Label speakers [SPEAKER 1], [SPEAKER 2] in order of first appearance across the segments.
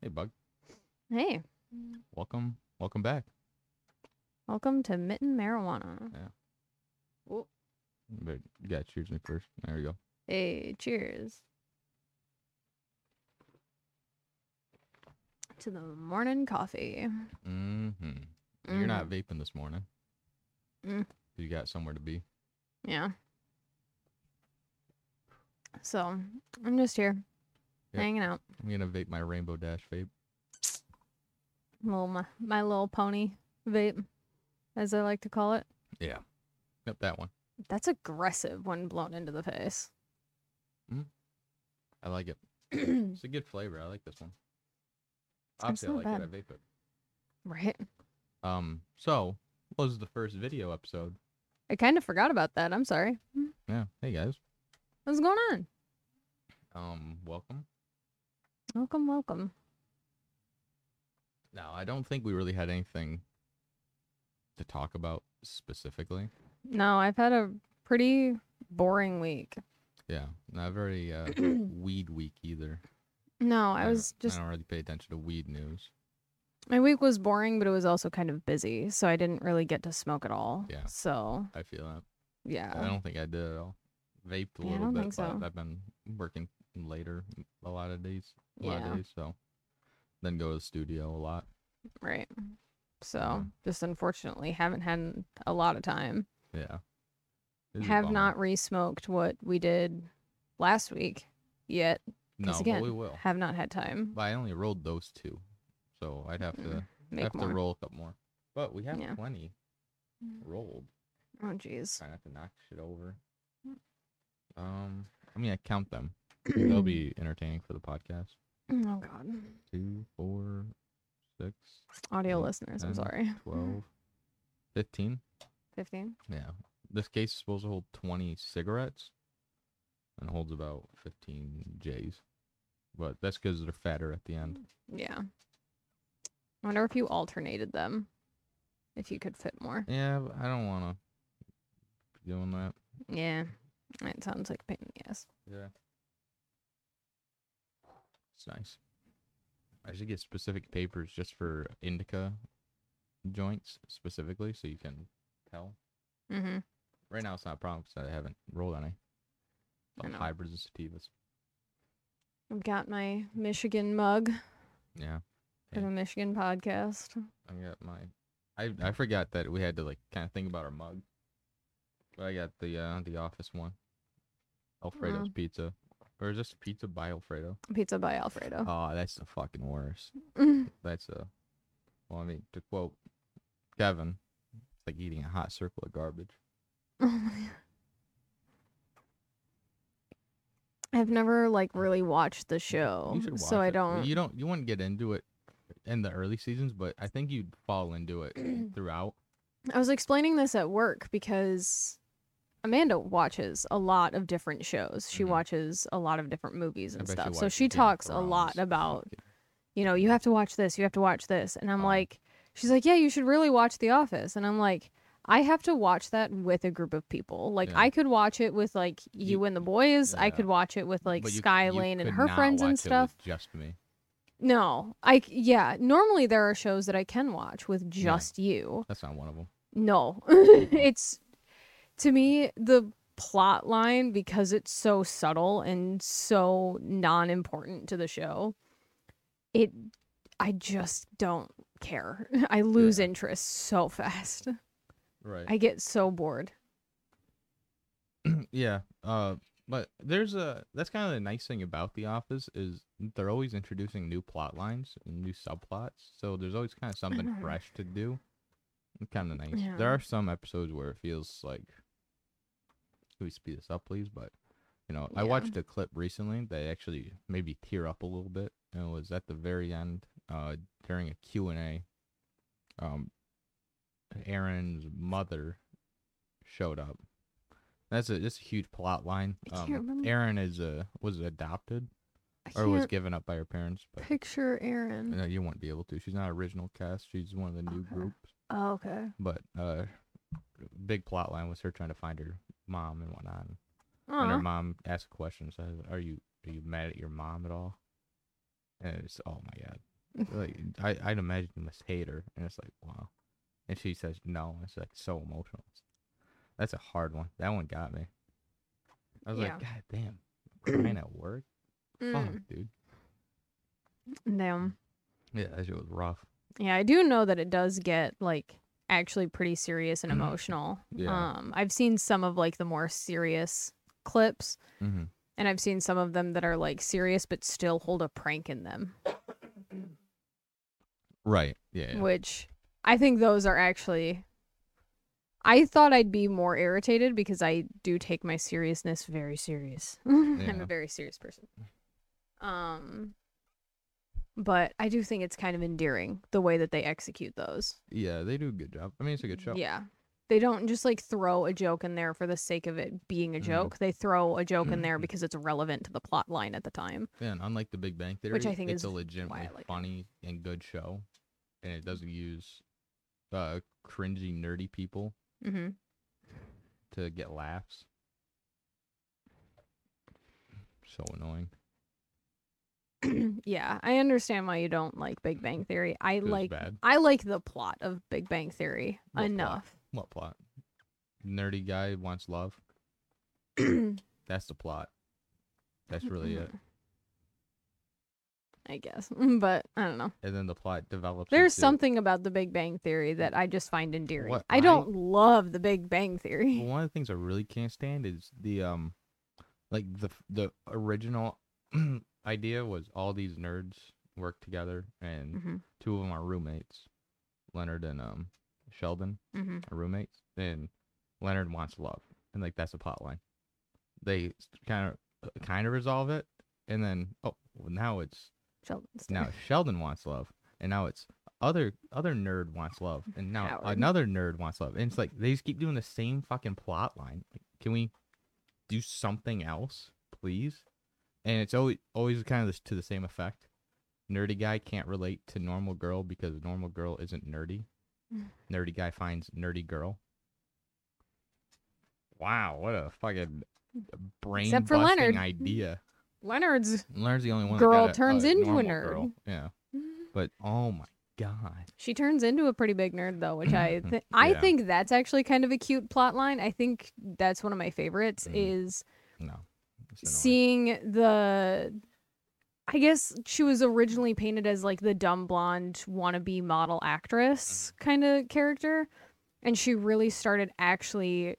[SPEAKER 1] Hey, Bug.
[SPEAKER 2] Hey,
[SPEAKER 1] Mm. Welcome. Welcome back.
[SPEAKER 2] welcome to Mitten Marijuana.
[SPEAKER 1] But you gotta choose me first. There you go.
[SPEAKER 2] Hey, cheers. To the morning coffee.
[SPEAKER 1] hmm You're not
[SPEAKER 2] Mhm.
[SPEAKER 1] vaping this morning.
[SPEAKER 2] Mm.
[SPEAKER 1] You got somewhere to be.
[SPEAKER 2] Yeah. So, I'm just here
[SPEAKER 1] Yep.
[SPEAKER 2] hanging out.
[SPEAKER 1] I'm gonna vape my Rainbow Dash vape.
[SPEAKER 2] Little my, my little pony vape, as I like to call it.
[SPEAKER 1] Yeah. Yep, that one.
[SPEAKER 2] That's aggressive when blown into the face.
[SPEAKER 1] I like it. It's a good flavor. I like this one.
[SPEAKER 2] It's
[SPEAKER 1] Obviously, I like
[SPEAKER 2] not
[SPEAKER 1] it. I vape it.
[SPEAKER 2] right?
[SPEAKER 1] Um. So, what was the first video episode?
[SPEAKER 2] I kind of forgot about that. I'm sorry.
[SPEAKER 1] Yeah. Hey guys.
[SPEAKER 2] What's going on?
[SPEAKER 1] Um. Welcome.
[SPEAKER 2] Welcome, welcome.
[SPEAKER 1] No, I don't think we really had anything to talk about specifically.
[SPEAKER 2] No, I've had a pretty boring week.
[SPEAKER 1] Yeah. Not very uh, weed week either.
[SPEAKER 2] No, I
[SPEAKER 1] don't-
[SPEAKER 2] was just
[SPEAKER 1] I don't really pay attention to weed news.
[SPEAKER 2] my week was boring, but it was also kind of busy, so I didn't really get to smoke at all.
[SPEAKER 1] Yeah.
[SPEAKER 2] So
[SPEAKER 1] I feel that. I
[SPEAKER 2] yeah,
[SPEAKER 1] don't think I did at all. Vaped a
[SPEAKER 2] Oh. Yeah, I
[SPEAKER 1] little
[SPEAKER 2] don't
[SPEAKER 1] bit,
[SPEAKER 2] think
[SPEAKER 1] but
[SPEAKER 2] so.
[SPEAKER 1] I've been working later a lot of days. A lot
[SPEAKER 2] Yeah.
[SPEAKER 1] of days, so then go to the studio a lot.
[SPEAKER 2] right. So
[SPEAKER 1] Yeah.
[SPEAKER 2] just unfortunately, haven't had a lot of time.
[SPEAKER 1] Yeah. It's a
[SPEAKER 2] Have
[SPEAKER 1] bummer.
[SPEAKER 2] not re-smoked what we did last week yet. 'cause
[SPEAKER 1] No,
[SPEAKER 2] again,
[SPEAKER 1] but we will.
[SPEAKER 2] have not had time.
[SPEAKER 1] But I only rolled those two, so I'd have to
[SPEAKER 2] Mm-hmm. Make
[SPEAKER 1] have
[SPEAKER 2] more.
[SPEAKER 1] to roll a couple more. But we have
[SPEAKER 2] Yeah.
[SPEAKER 1] plenty
[SPEAKER 2] Mm.
[SPEAKER 1] rolled.
[SPEAKER 2] Oh jeez.
[SPEAKER 1] Try not to knock shit over.
[SPEAKER 2] Mm.
[SPEAKER 1] Um, I mean, I count them. They'll be entertaining for the podcast.
[SPEAKER 2] oh god.
[SPEAKER 1] Two, four, six,
[SPEAKER 2] Audio
[SPEAKER 1] Eight,
[SPEAKER 2] listeners, I'm
[SPEAKER 1] ten,
[SPEAKER 2] sorry.
[SPEAKER 1] 12, 15.
[SPEAKER 2] Fifteen.
[SPEAKER 1] Yeah. This case is supposed to hold 20 cigarettes and holds about 15 J's. But that's because they're fatter at the end.
[SPEAKER 2] Yeah. I wonder if you alternated them. If you could fit more.
[SPEAKER 1] Yeah, but I don't want to be doing that.
[SPEAKER 2] Yeah. It sounds like a pain in the ass.
[SPEAKER 1] Yeah. It's nice. I should get specific papers just for indica joints specifically so you can tell.
[SPEAKER 2] Mm-hmm.
[SPEAKER 1] Right now it's not a problem because I haven't rolled any.
[SPEAKER 2] I
[SPEAKER 1] But
[SPEAKER 2] know.
[SPEAKER 1] hybrids and sativas.
[SPEAKER 2] I've got my Michigan mug
[SPEAKER 1] Yeah.
[SPEAKER 2] from
[SPEAKER 1] Yeah.
[SPEAKER 2] a Michigan podcast.
[SPEAKER 1] I got my. I I forgot that we had to like kind of think about our mug. But I got the uh the office one. Alfredo's pizza, or is this pizza by Alfredo?
[SPEAKER 2] Pizza by Alfredo.
[SPEAKER 1] Oh, that's the fucking worst.
[SPEAKER 2] Mm.
[SPEAKER 1] That's a. Well, I mean, to quote Kevin, it's like eating a hot circle of garbage. Oh.
[SPEAKER 2] I've never like really watched the show,
[SPEAKER 1] You should
[SPEAKER 2] Oh, so
[SPEAKER 1] watch
[SPEAKER 2] I
[SPEAKER 1] it.
[SPEAKER 2] don't.
[SPEAKER 1] You don't. You wouldn't get into it in the early seasons, but I think you'd fall into it throughout.
[SPEAKER 2] I was explaining this at work because Amanda watches a lot of different shows. She
[SPEAKER 1] Mhm.
[SPEAKER 2] watches a lot of different movies
[SPEAKER 1] I
[SPEAKER 2] and
[SPEAKER 1] bet you
[SPEAKER 2] stuff. So
[SPEAKER 1] watched
[SPEAKER 2] she
[SPEAKER 1] Game of
[SPEAKER 2] talks a lot
[SPEAKER 1] Thrones.
[SPEAKER 2] about
[SPEAKER 1] Fucking-
[SPEAKER 2] you know, you have to watch this, you have to watch this. And I'm
[SPEAKER 1] Oh.
[SPEAKER 2] like, she's like, yeah, you should really watch The Office. And I'm like, I have to watch that with a group of people. Like,
[SPEAKER 1] Yeah.
[SPEAKER 2] I could watch it with like you,
[SPEAKER 1] You-
[SPEAKER 2] and the boys. I
[SPEAKER 1] yeah.
[SPEAKER 2] could watch it with like
[SPEAKER 1] but you-
[SPEAKER 2] Sky
[SPEAKER 1] you
[SPEAKER 2] Lane and
[SPEAKER 1] could
[SPEAKER 2] her
[SPEAKER 1] not
[SPEAKER 2] friends and
[SPEAKER 1] watch it with
[SPEAKER 2] stuff.
[SPEAKER 1] Just me.
[SPEAKER 2] No, I c- yeah. Normally there are shows that I can watch with just you.
[SPEAKER 1] That's not one of them.
[SPEAKER 2] No, it's to me the plot line because it's so subtle and so non-important to the show. It, I just don't care. I lose
[SPEAKER 1] Yeah.
[SPEAKER 2] interest so fast.
[SPEAKER 1] Right.
[SPEAKER 2] I get so bored.
[SPEAKER 1] yeah uh but there's a that's kind of the nice thing about the office is they're always introducing new plot lines and new subplots so there's always kind of something
[SPEAKER 2] know.
[SPEAKER 1] fresh to do kind of nice
[SPEAKER 2] Mm-hmm. Yeah.
[SPEAKER 1] there are some episodes where it feels like can we speed this up please but you know i
[SPEAKER 2] Yeah.
[SPEAKER 1] watched a clip recently that actually made me tear up a little bit and it was at the very end uh during a q&a um aaron's mother showed up that's a that's a huge plot line.
[SPEAKER 2] I can't remember-
[SPEAKER 1] Aaron is uh was adopted
[SPEAKER 2] I
[SPEAKER 1] or was
[SPEAKER 2] can't
[SPEAKER 1] given up by her parents, but
[SPEAKER 2] picture Aaron.
[SPEAKER 1] no, you won't be able to. She's not original cast. She's one of the new
[SPEAKER 2] Okay.
[SPEAKER 1] groups.
[SPEAKER 2] Oh, okay.
[SPEAKER 1] But uh, big plot line was her trying to find her mom and whatnot. And her
[SPEAKER 2] Aw.
[SPEAKER 1] mom asked a question. Says, "Are you are you mad at your mom at all?" And it's oh my god, like I, I'd imagine you must hate her, and it's like wow. And she says no. and It's like so emotional. That's a hard one. That one got me. I was like, God damn, crying at work. Fuck,
[SPEAKER 2] Mm,
[SPEAKER 1] dude.
[SPEAKER 2] damn.
[SPEAKER 1] Yeah, that shit was rough.
[SPEAKER 2] Yeah, I do know that it does get like actually pretty serious and
[SPEAKER 1] Mhm.
[SPEAKER 2] emotional.
[SPEAKER 1] Yeah.
[SPEAKER 2] Um, I've seen some of like the more serious clips,
[SPEAKER 1] Mm-hmm.
[SPEAKER 2] and I've seen some of them that are like serious but still hold a prank in them,
[SPEAKER 1] Right. Yeah. yeah.
[SPEAKER 2] which I think those are actually. I thought I'd be more irritated because I do take my seriousness very serious. I'm
[SPEAKER 1] Yeah.
[SPEAKER 2] a very serious person. Um, but I do think it's kind of endearing the way that they execute those.
[SPEAKER 1] Yeah, They do a good job. I mean, it's a good show.
[SPEAKER 2] Yeah. They don't just like throw a joke in there for the sake of it being a
[SPEAKER 1] Mhm.
[SPEAKER 2] joke. They throw a joke
[SPEAKER 1] Mm-hmm.
[SPEAKER 2] in there because it's relevant to the plot line at the time.
[SPEAKER 1] Yeah, and unlike the Big Bang Theory,
[SPEAKER 2] Which I think
[SPEAKER 1] it's
[SPEAKER 2] is
[SPEAKER 1] a
[SPEAKER 2] why I
[SPEAKER 1] legitimately
[SPEAKER 2] like it.
[SPEAKER 1] funny and good show, and it doesn't use uh cringy, nerdy people
[SPEAKER 2] Mm-hmm.
[SPEAKER 1] to get laughs. So annoying.
[SPEAKER 2] yeah, I understand why you don't like Big Bang Theory. I
[SPEAKER 1] was
[SPEAKER 2] like
[SPEAKER 1] bad.
[SPEAKER 2] I like the plot of Big Bang Theory
[SPEAKER 1] What plot?
[SPEAKER 2] enough.
[SPEAKER 1] What plot? Nerdy guy wants love. That's the plot. That's really it.
[SPEAKER 2] I guess, but I don't know.
[SPEAKER 1] And then the plot develops.
[SPEAKER 2] There's
[SPEAKER 1] into-
[SPEAKER 2] something about the Big Bang Theory that I just find endearing.
[SPEAKER 1] What
[SPEAKER 2] I
[SPEAKER 1] I-
[SPEAKER 2] don't love the Big Bang
[SPEAKER 1] Well,
[SPEAKER 2] Theory.
[SPEAKER 1] one of the things I really can't stand is the um, like the f- the original idea was all these nerds work together, and
[SPEAKER 2] hmm
[SPEAKER 1] two of them are roommates, Leonard and um Sheldon
[SPEAKER 2] hmm
[SPEAKER 1] are roommates, and Leonard wants love, and like that's a plot line. They kind of kind of resolve it, and then oh well, now it's
[SPEAKER 2] Sheldon's
[SPEAKER 1] now
[SPEAKER 2] theory.
[SPEAKER 1] Sheldon wants love, and now it's other other nerd wants love, and now
[SPEAKER 2] Howard.
[SPEAKER 1] another nerd wants love, and it's like they just keep doing the same fucking plot line. Like, can we do something else, please? And it's always always kind of to the same effect. Nerdy guy can't relate to normal girl because normal girl isn't nerdy. Nerdy guy finds nerdy girl. Wow, what a fucking brain
[SPEAKER 2] Except for Leonard.
[SPEAKER 1] busting idea.
[SPEAKER 2] Leonard's.
[SPEAKER 1] Leonard's the only one.
[SPEAKER 2] Girl
[SPEAKER 1] that got a-
[SPEAKER 2] turns
[SPEAKER 1] a
[SPEAKER 2] into a
[SPEAKER 1] normal
[SPEAKER 2] nerd.
[SPEAKER 1] girl. Yeah. But oh my god.
[SPEAKER 2] She turns into a pretty big nerd though, which I th- I
[SPEAKER 1] Mm-hmm. Yeah.
[SPEAKER 2] think that's actually kind of a cute plot line. I think that's one of my favorites
[SPEAKER 1] Mm.
[SPEAKER 2] is
[SPEAKER 1] No. it's annoying.
[SPEAKER 2] seeing the I guess she was originally painted as like the dumb blonde wannabe model actress
[SPEAKER 1] Mm-hmm.
[SPEAKER 2] kind of character and she really started actually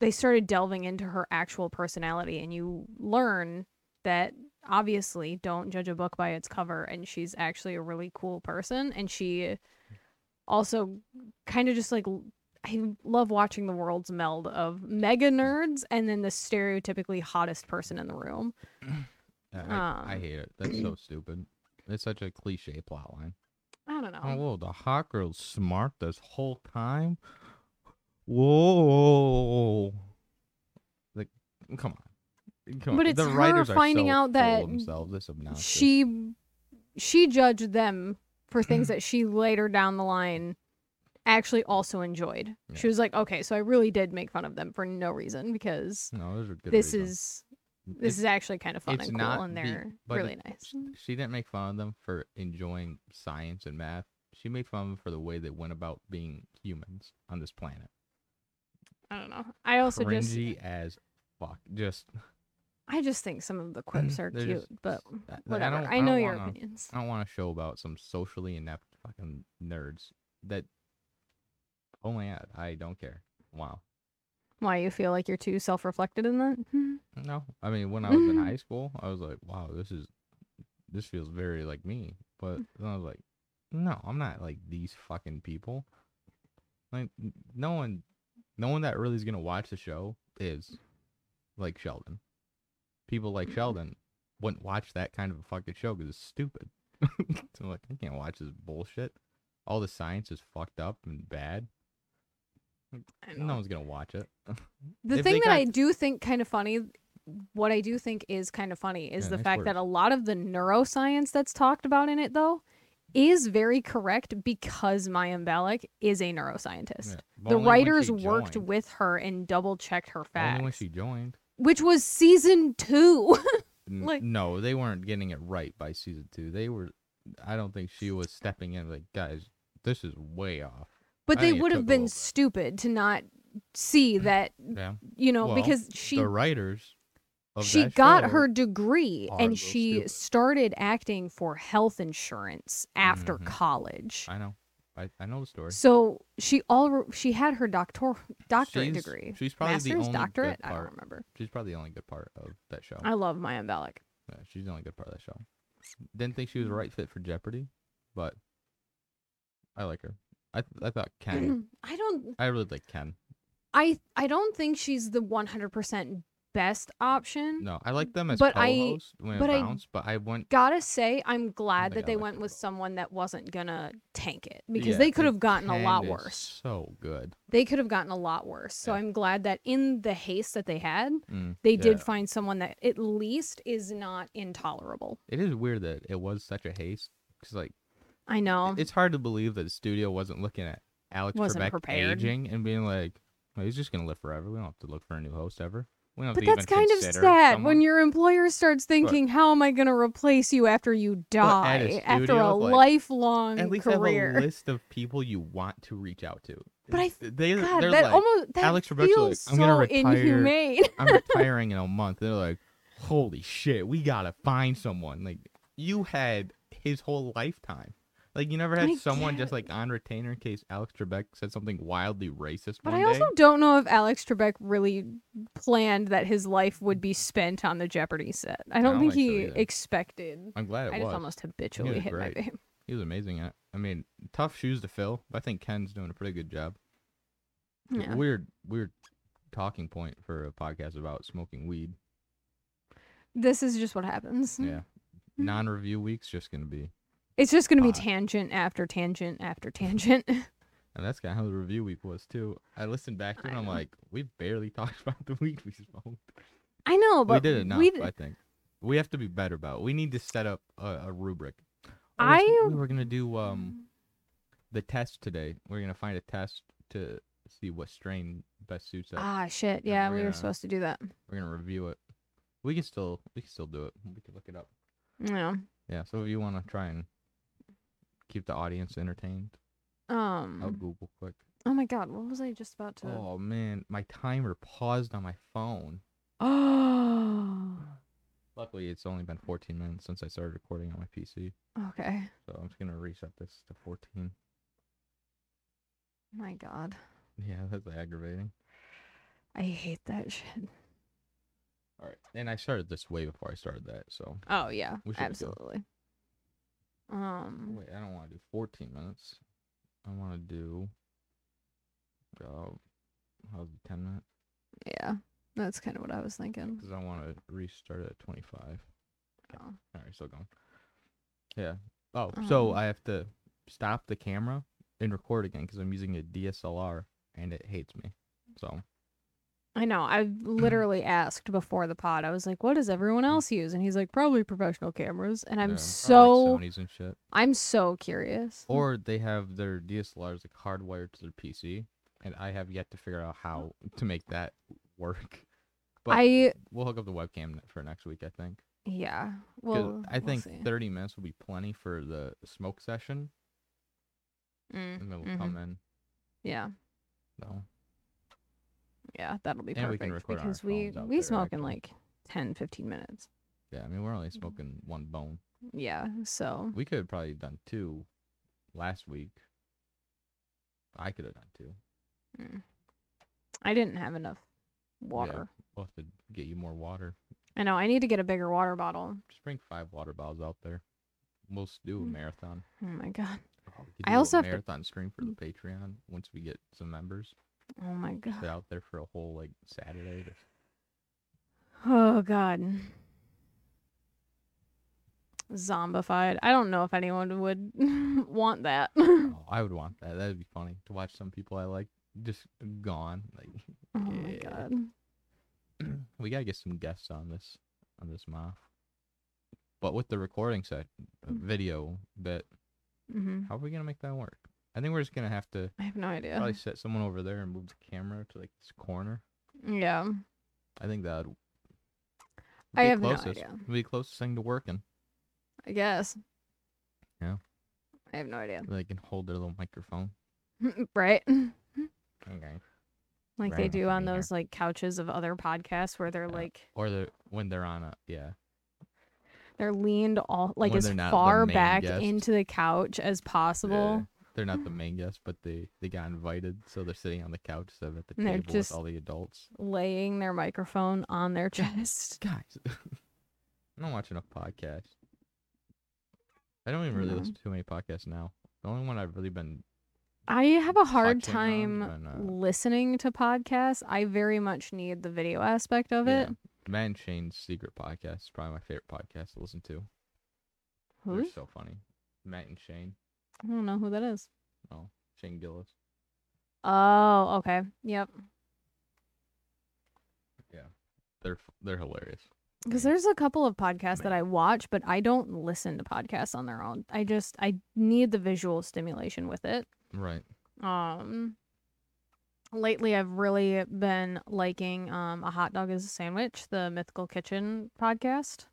[SPEAKER 2] they started delving into her actual personality and you learn that obviously don't judge a book by its cover and she's actually a really cool person and
[SPEAKER 1] Hmm.
[SPEAKER 2] she also kind of just like l- I love watching the world's meld of mega nerds and then the stereotypically hottest person in the room.
[SPEAKER 1] I, I- I
[SPEAKER 2] um,
[SPEAKER 1] hate it. That's so stupid. It's such a cliche plot line.
[SPEAKER 2] I don't know.
[SPEAKER 1] Oh, whoa, the hot girl's smart this whole time. Whoa. Like come on. Come
[SPEAKER 2] But
[SPEAKER 1] on.
[SPEAKER 2] it's
[SPEAKER 1] the
[SPEAKER 2] her
[SPEAKER 1] writers
[SPEAKER 2] finding
[SPEAKER 1] are so
[SPEAKER 2] out
[SPEAKER 1] full
[SPEAKER 2] that
[SPEAKER 1] of themselves. It's obnoxious.
[SPEAKER 2] she she judged them for things that she later down the line actually also enjoyed. She
[SPEAKER 1] Yeah.
[SPEAKER 2] was like, "Okay, so I really did make fun of them for no reason because
[SPEAKER 1] No, those are good
[SPEAKER 2] this
[SPEAKER 1] reasons.
[SPEAKER 2] is this is actually kind of fun
[SPEAKER 1] it's
[SPEAKER 2] and
[SPEAKER 1] not
[SPEAKER 2] cool and
[SPEAKER 1] be-
[SPEAKER 2] they're
[SPEAKER 1] but
[SPEAKER 2] really
[SPEAKER 1] it-
[SPEAKER 2] nice."
[SPEAKER 1] she didn't make fun of them for enjoying science and math. She made fun of them for the way they went about being humans on this planet.
[SPEAKER 2] I don't know. I also just
[SPEAKER 1] cringy as fuck. Just
[SPEAKER 2] I just think some of the quips are
[SPEAKER 1] Mm, they're
[SPEAKER 2] cute,
[SPEAKER 1] just-
[SPEAKER 2] but
[SPEAKER 1] I- I
[SPEAKER 2] whatever. I,
[SPEAKER 1] don't-
[SPEAKER 2] know
[SPEAKER 1] don't
[SPEAKER 2] your
[SPEAKER 1] wanna-
[SPEAKER 2] opinions.
[SPEAKER 1] I don't want to show about some socially inept fucking nerds that. Oh my god, I don't care. Wow.
[SPEAKER 2] Why you feel like you're too self-reflected in that? Hmm.
[SPEAKER 1] No, I mean when I was in high school, I was like, wow, this is, this feels very like me. But
[SPEAKER 2] Mm.
[SPEAKER 1] then I was like, no, I'm not like these fucking people. Like n- no one, no one that really is gonna watch the show is like Sheldon. People like Sheldon wouldn't watch that kind of a fucking show because it's stupid. so like, I can't watch this bullshit. All the science is fucked up and bad.
[SPEAKER 2] I know.
[SPEAKER 1] No one's gonna watch it.
[SPEAKER 2] the
[SPEAKER 1] If
[SPEAKER 2] thing
[SPEAKER 1] they
[SPEAKER 2] that
[SPEAKER 1] got-
[SPEAKER 2] I do think kind of funny, what I do think is kind of funny is
[SPEAKER 1] Yeah,
[SPEAKER 2] the
[SPEAKER 1] nice
[SPEAKER 2] fact that a lot of the neuroscience that's talked about in it though is very correct because Mayim Balak is a neuroscientist.
[SPEAKER 1] Yeah.
[SPEAKER 2] The
[SPEAKER 1] Only when she
[SPEAKER 2] writers worked
[SPEAKER 1] joined-
[SPEAKER 2] with her and double checked her
[SPEAKER 1] only when
[SPEAKER 2] facts,
[SPEAKER 1] she joined.
[SPEAKER 2] which was season two.
[SPEAKER 1] N-
[SPEAKER 2] Like-
[SPEAKER 1] no, they weren't getting it right by season two. They were I don't think she was stepping in like, guys, this is way off.
[SPEAKER 2] But
[SPEAKER 1] I
[SPEAKER 2] they
[SPEAKER 1] think it
[SPEAKER 2] would
[SPEAKER 1] took
[SPEAKER 2] have
[SPEAKER 1] a
[SPEAKER 2] been
[SPEAKER 1] little bit.
[SPEAKER 2] stupid to not see that,
[SPEAKER 1] Yeah.
[SPEAKER 2] you know,
[SPEAKER 1] Well,
[SPEAKER 2] because she
[SPEAKER 1] the writers. Of
[SPEAKER 2] she
[SPEAKER 1] that
[SPEAKER 2] got
[SPEAKER 1] show-
[SPEAKER 2] her degree
[SPEAKER 1] are a little
[SPEAKER 2] and she
[SPEAKER 1] stupid.
[SPEAKER 2] started acting for health insurance after
[SPEAKER 1] Mhm.
[SPEAKER 2] college.
[SPEAKER 1] I know. I, I know the story.
[SPEAKER 2] So she all she had her doctor doctorate
[SPEAKER 1] She's-
[SPEAKER 2] degree.
[SPEAKER 1] She's probably
[SPEAKER 2] Master's
[SPEAKER 1] the only
[SPEAKER 2] doctorate,
[SPEAKER 1] Good
[SPEAKER 2] I don't
[SPEAKER 1] part.
[SPEAKER 2] remember.
[SPEAKER 1] She's probably the only good part of that show.
[SPEAKER 2] I love Maya Bellic.
[SPEAKER 1] Yeah, she's the only good part of that show. Didn't think she was a right fit for Jeopardy, but I like her. I th- I thought Ken.
[SPEAKER 2] I don't
[SPEAKER 1] I really like Ken.
[SPEAKER 2] I I don't think she's the 100% best option.
[SPEAKER 1] No, I like them as
[SPEAKER 2] But I-
[SPEAKER 1] co-hosts when
[SPEAKER 2] but
[SPEAKER 1] it
[SPEAKER 2] I-
[SPEAKER 1] bounced, but I went.
[SPEAKER 2] Gotta say, I'm glad
[SPEAKER 1] think I
[SPEAKER 2] that they
[SPEAKER 1] like
[SPEAKER 2] went
[SPEAKER 1] her
[SPEAKER 2] with
[SPEAKER 1] though.
[SPEAKER 2] someone that wasn't gonna tank it because
[SPEAKER 1] yeah,
[SPEAKER 2] they could
[SPEAKER 1] and
[SPEAKER 2] have gotten a lot
[SPEAKER 1] Ken is
[SPEAKER 2] worse.
[SPEAKER 1] So good.
[SPEAKER 2] They could have gotten a lot worse. So
[SPEAKER 1] Yeah.
[SPEAKER 2] I'm glad that in the haste that they had,
[SPEAKER 1] Mm.
[SPEAKER 2] they did
[SPEAKER 1] Yeah.
[SPEAKER 2] find someone that at least is not intolerable.
[SPEAKER 1] It is weird that it was such a haste because like
[SPEAKER 2] I know.
[SPEAKER 1] it's hard to believe that the studio wasn't looking at Alex
[SPEAKER 2] Um, Wasn't
[SPEAKER 1] Trebek
[SPEAKER 2] prepared.
[SPEAKER 1] aging and being like, well, he's just gonna live forever. We don't have to look for a new host ever. We don't have
[SPEAKER 2] But
[SPEAKER 1] to
[SPEAKER 2] that's
[SPEAKER 1] even
[SPEAKER 2] kind of sad
[SPEAKER 1] consider
[SPEAKER 2] when
[SPEAKER 1] someone."
[SPEAKER 2] your employer starts thinking, "How am I going to replace you after you
[SPEAKER 1] at
[SPEAKER 2] die
[SPEAKER 1] a
[SPEAKER 2] after
[SPEAKER 1] studio,
[SPEAKER 2] a
[SPEAKER 1] like,
[SPEAKER 2] lifelong
[SPEAKER 1] at least
[SPEAKER 2] career?"
[SPEAKER 1] have a list of people you want to reach out to.
[SPEAKER 2] But I-
[SPEAKER 1] they
[SPEAKER 2] God,
[SPEAKER 1] they're
[SPEAKER 2] that
[SPEAKER 1] like,
[SPEAKER 2] almost that
[SPEAKER 1] Alex Trebek's like,
[SPEAKER 2] feels
[SPEAKER 1] "I'm gonna
[SPEAKER 2] so
[SPEAKER 1] retire."
[SPEAKER 2] inhumane.
[SPEAKER 1] I'm retiring in a month. They're like, holy shit, we gotta find someone. Like you had his whole lifetime. Like you never had
[SPEAKER 2] I
[SPEAKER 1] someone
[SPEAKER 2] get
[SPEAKER 1] just
[SPEAKER 2] it.
[SPEAKER 1] like on retainer in case Alex Trebek said something wildly racist
[SPEAKER 2] But
[SPEAKER 1] one
[SPEAKER 2] I also
[SPEAKER 1] day.
[SPEAKER 2] don't know if Alex Trebek really planned that his life would be spent on the Jeopardy set. I don't,
[SPEAKER 1] don't
[SPEAKER 2] think
[SPEAKER 1] think so
[SPEAKER 2] he
[SPEAKER 1] either.
[SPEAKER 2] expected.
[SPEAKER 1] I'm glad it
[SPEAKER 2] I just
[SPEAKER 1] was.
[SPEAKER 2] almost habitually
[SPEAKER 1] was
[SPEAKER 2] hit my
[SPEAKER 1] great.
[SPEAKER 2] babe.
[SPEAKER 1] He was amazing at. it. I mean, tough shoes to fill, but I think Ken's doing a pretty good job.
[SPEAKER 2] Yeah.
[SPEAKER 1] Weird, weird talking point for a podcast about smoking weed.
[SPEAKER 2] This is just what happens.
[SPEAKER 1] Yeah.
[SPEAKER 2] Mm-hmm.
[SPEAKER 1] Non-review week's just gonna be
[SPEAKER 2] It's just going to be
[SPEAKER 1] Fine.
[SPEAKER 2] tangent after tangent after tangent.
[SPEAKER 1] And that's kind of how the review week was too. I listened back to it.
[SPEAKER 2] I
[SPEAKER 1] and I'm
[SPEAKER 2] know.
[SPEAKER 1] like, we barely talked about the weed we smoked.
[SPEAKER 2] I know,
[SPEAKER 1] We
[SPEAKER 2] Oh, but
[SPEAKER 1] did enough,
[SPEAKER 2] we d-
[SPEAKER 1] I think. We have to be better about. It. We need to set up a, a rubric.
[SPEAKER 2] I- Mm-hmm.
[SPEAKER 1] we were gonna do um the test today. We're gonna find a test to see what strain best suits us.
[SPEAKER 2] ah shit.
[SPEAKER 1] Yeah,
[SPEAKER 2] Yeah,
[SPEAKER 1] we're
[SPEAKER 2] we were
[SPEAKER 1] gonna-
[SPEAKER 2] supposed to do that.
[SPEAKER 1] We're gonna review it. We can still we can still do it. We can look it up.
[SPEAKER 2] Yeah.
[SPEAKER 1] Yeah. So if you wanna try and keep the audience entertained, I'll
[SPEAKER 2] Um.
[SPEAKER 1] Google quick.
[SPEAKER 2] Oh my god, what was I just about to?
[SPEAKER 1] Oh man, my timer paused on my phone.
[SPEAKER 2] Oh.
[SPEAKER 1] Luckily, it's only been 14 minutes since I started recording on my PC,
[SPEAKER 2] Okay.
[SPEAKER 1] so I'm just gonna reset this to 14.
[SPEAKER 2] My god,
[SPEAKER 1] Yeah, that's aggravating.
[SPEAKER 2] I hate that shit.
[SPEAKER 1] All right, and I started this way before I started that, so
[SPEAKER 2] Oh yeah,
[SPEAKER 1] We should go.
[SPEAKER 2] absolutely. Um. Mm-hmm.
[SPEAKER 1] wait, I don't want to do 14 minutes. I want to do. Uh, how's the 10 minute?
[SPEAKER 2] Yeah, that's kind of what I was thinking.
[SPEAKER 1] Because I want to restart at 25. Okay.
[SPEAKER 2] Oh.
[SPEAKER 1] All right, still going. Yeah. Oh, so
[SPEAKER 2] Um.
[SPEAKER 1] I have to stop the camera and record again because I'm using a DSLR and it hates me. So
[SPEAKER 2] I know. I literally asked before the pod. I was like, "What does everyone else use?" And he's like, "Probably professional cameras." And I'm
[SPEAKER 1] yeah,
[SPEAKER 2] so
[SPEAKER 1] probably Sony's and shit.
[SPEAKER 2] I'm so curious.
[SPEAKER 1] Or they have their DSLRs like hardwired to their PC, and I have yet to figure out how to make that work. But
[SPEAKER 2] I
[SPEAKER 1] we'll hook up the webcam ne- for next week, I think.
[SPEAKER 2] yeah.
[SPEAKER 1] 'Cause
[SPEAKER 2] Well,
[SPEAKER 1] I think
[SPEAKER 2] we'll see.
[SPEAKER 1] 30 minutes will be plenty for the smoke session,
[SPEAKER 2] Mm,
[SPEAKER 1] and then we'll
[SPEAKER 2] mhm.
[SPEAKER 1] come in.
[SPEAKER 2] yeah,
[SPEAKER 1] No,
[SPEAKER 2] yeah, that'll be
[SPEAKER 1] And we
[SPEAKER 2] perfect
[SPEAKER 1] can record on our
[SPEAKER 2] because we
[SPEAKER 1] phones out
[SPEAKER 2] we
[SPEAKER 1] there,
[SPEAKER 2] smoke in
[SPEAKER 1] actually.
[SPEAKER 2] like 10, 15 minutes.
[SPEAKER 1] yeah, I mean we're
[SPEAKER 2] Mm-hmm.
[SPEAKER 1] only smoking one bone.
[SPEAKER 2] Yeah, so
[SPEAKER 1] We could have probably done two last week. I could have done two.
[SPEAKER 2] I didn't have enough water.
[SPEAKER 1] We'll have to get you more water.
[SPEAKER 2] I know I need to get a bigger water bottle.
[SPEAKER 1] Just bring five water bottles out there. We'll s- do a
[SPEAKER 2] Mm.
[SPEAKER 1] marathon.
[SPEAKER 2] Oh my god.
[SPEAKER 1] Oh, we could
[SPEAKER 2] I
[SPEAKER 1] do a
[SPEAKER 2] also have to-
[SPEAKER 1] marathon stream for the Patreon once we get some members.
[SPEAKER 2] Oh my god.
[SPEAKER 1] They're out there for a whole like Saturday. to-
[SPEAKER 2] Oh god. Zombified. I don't know if anyone would want that. oh
[SPEAKER 1] Oh, I would want that. That'd be funny to watch some people I like just gone. Like
[SPEAKER 2] my
[SPEAKER 1] Yeah.
[SPEAKER 2] god.
[SPEAKER 1] we gotta get some guests on this on this moth. But with the recording set uh,
[SPEAKER 2] Mm.
[SPEAKER 1] video bit,
[SPEAKER 2] hmm
[SPEAKER 1] how are we gonna make that work? I think we're just gonna have to
[SPEAKER 2] I have no idea.
[SPEAKER 1] probably set someone over there and move the camera to like this corner.
[SPEAKER 2] Yeah.
[SPEAKER 1] I think that would
[SPEAKER 2] I have no idea.
[SPEAKER 1] Be the closest thing to working.
[SPEAKER 2] I guess.
[SPEAKER 1] Yeah.
[SPEAKER 2] I have no idea.
[SPEAKER 1] They can hold their little microphone.
[SPEAKER 2] right?
[SPEAKER 1] Okay. Right,
[SPEAKER 2] Like
[SPEAKER 1] I
[SPEAKER 2] they do
[SPEAKER 1] can
[SPEAKER 2] on
[SPEAKER 1] be here.
[SPEAKER 2] those like couches of other podcasts where they're
[SPEAKER 1] Yeah.
[SPEAKER 2] like
[SPEAKER 1] Or they're when they're on a yeah.
[SPEAKER 2] they're leaned all like
[SPEAKER 1] When
[SPEAKER 2] as
[SPEAKER 1] they're not the
[SPEAKER 2] far
[SPEAKER 1] main
[SPEAKER 2] back
[SPEAKER 1] guest.
[SPEAKER 2] into the couch as possible.
[SPEAKER 1] Yeah. They're not the main guest, but they they got invited, so they're sitting on the couch, so at the
[SPEAKER 2] And they're
[SPEAKER 1] table
[SPEAKER 2] just-
[SPEAKER 1] with all the adults.
[SPEAKER 2] laying their microphone on their chest.
[SPEAKER 1] Guys, I don't watch enough podcasts. I don't even really
[SPEAKER 2] No.
[SPEAKER 1] listen to too many podcasts now. The only one I've really been
[SPEAKER 2] I have a hard
[SPEAKER 1] Touching on,
[SPEAKER 2] time
[SPEAKER 1] but, uh,
[SPEAKER 2] listening to podcasts. I very much need the video aspect of
[SPEAKER 1] yeah,
[SPEAKER 2] it.
[SPEAKER 1] Matt and Shane's Secret Podcast is probably my favorite podcast to listen to.
[SPEAKER 2] Who?
[SPEAKER 1] They're so funny. Matt and Shane.
[SPEAKER 2] I don't know who that is.
[SPEAKER 1] Oh, Shane Gillis.
[SPEAKER 2] Oh, okay. Yep.
[SPEAKER 1] They're f- they're hilarious.
[SPEAKER 2] Because there's a couple of podcasts that I watch, but I don't listen to podcasts on their own. I just I need the visual stimulation with it.
[SPEAKER 1] Right.
[SPEAKER 2] Um lately I've really been liking um a hot dog is a sandwich, the Mythical Kitchen podcast.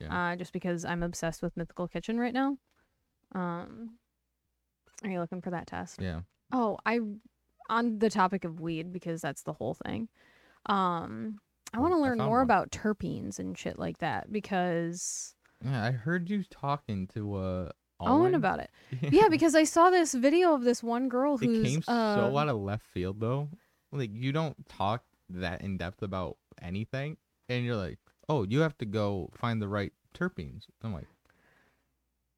[SPEAKER 1] Yeah.
[SPEAKER 2] Uh just because I'm obsessed with Mythical Kitchen right now. Um Are you looking for that test?
[SPEAKER 1] Yeah.
[SPEAKER 2] Oh, I on the topic of weed because that's the whole thing. Um I
[SPEAKER 1] Oh,
[SPEAKER 2] want
[SPEAKER 1] I
[SPEAKER 2] to learn
[SPEAKER 1] found
[SPEAKER 2] more
[SPEAKER 1] one.
[SPEAKER 2] about terpenes and shit like that because
[SPEAKER 1] Yeah, I heard you talking to uh
[SPEAKER 2] Owen,
[SPEAKER 1] Owen
[SPEAKER 2] about it. Yeah, because I saw this video of this one girl
[SPEAKER 1] it
[SPEAKER 2] who's
[SPEAKER 1] came
[SPEAKER 2] uh,
[SPEAKER 1] so out of left field though. Like you don't talk that in depth about anything, and you're like, oh, you have to go find the right terpenes. I'm like,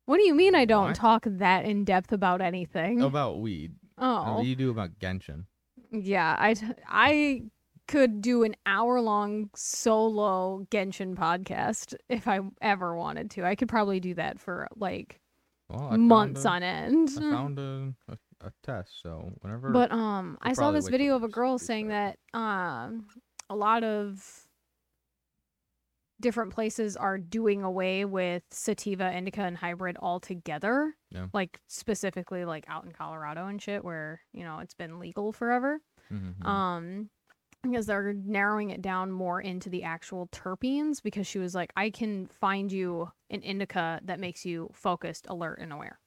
[SPEAKER 2] What do you mean I don't
[SPEAKER 1] What?
[SPEAKER 2] talk that in depth about anything?
[SPEAKER 1] about weed.
[SPEAKER 2] Mm. oh,
[SPEAKER 1] What do you do about Genshin?
[SPEAKER 2] yeah. I, t- I could do an hour long solo Genshin podcast if I ever wanted to. I could probably do that for like
[SPEAKER 1] Well, I
[SPEAKER 2] months
[SPEAKER 1] found
[SPEAKER 2] on end.
[SPEAKER 1] a- I found a, a, a test, so whenever.
[SPEAKER 2] But um, I saw
[SPEAKER 1] probably
[SPEAKER 2] this
[SPEAKER 1] wait till
[SPEAKER 2] video of a
[SPEAKER 1] next
[SPEAKER 2] girl
[SPEAKER 1] week,
[SPEAKER 2] saying that um, a lot of different places are doing away with sativa, indica, and hybrid altogether.
[SPEAKER 1] Yeah.
[SPEAKER 2] Like specifically, like out in Colorado and shit, where you know it's been legal forever.
[SPEAKER 1] Mhm.
[SPEAKER 2] Um. Because they're narrowing it down more into the actual terpenes, because she was like, I can find you an indica that makes you focused, alert, and aware.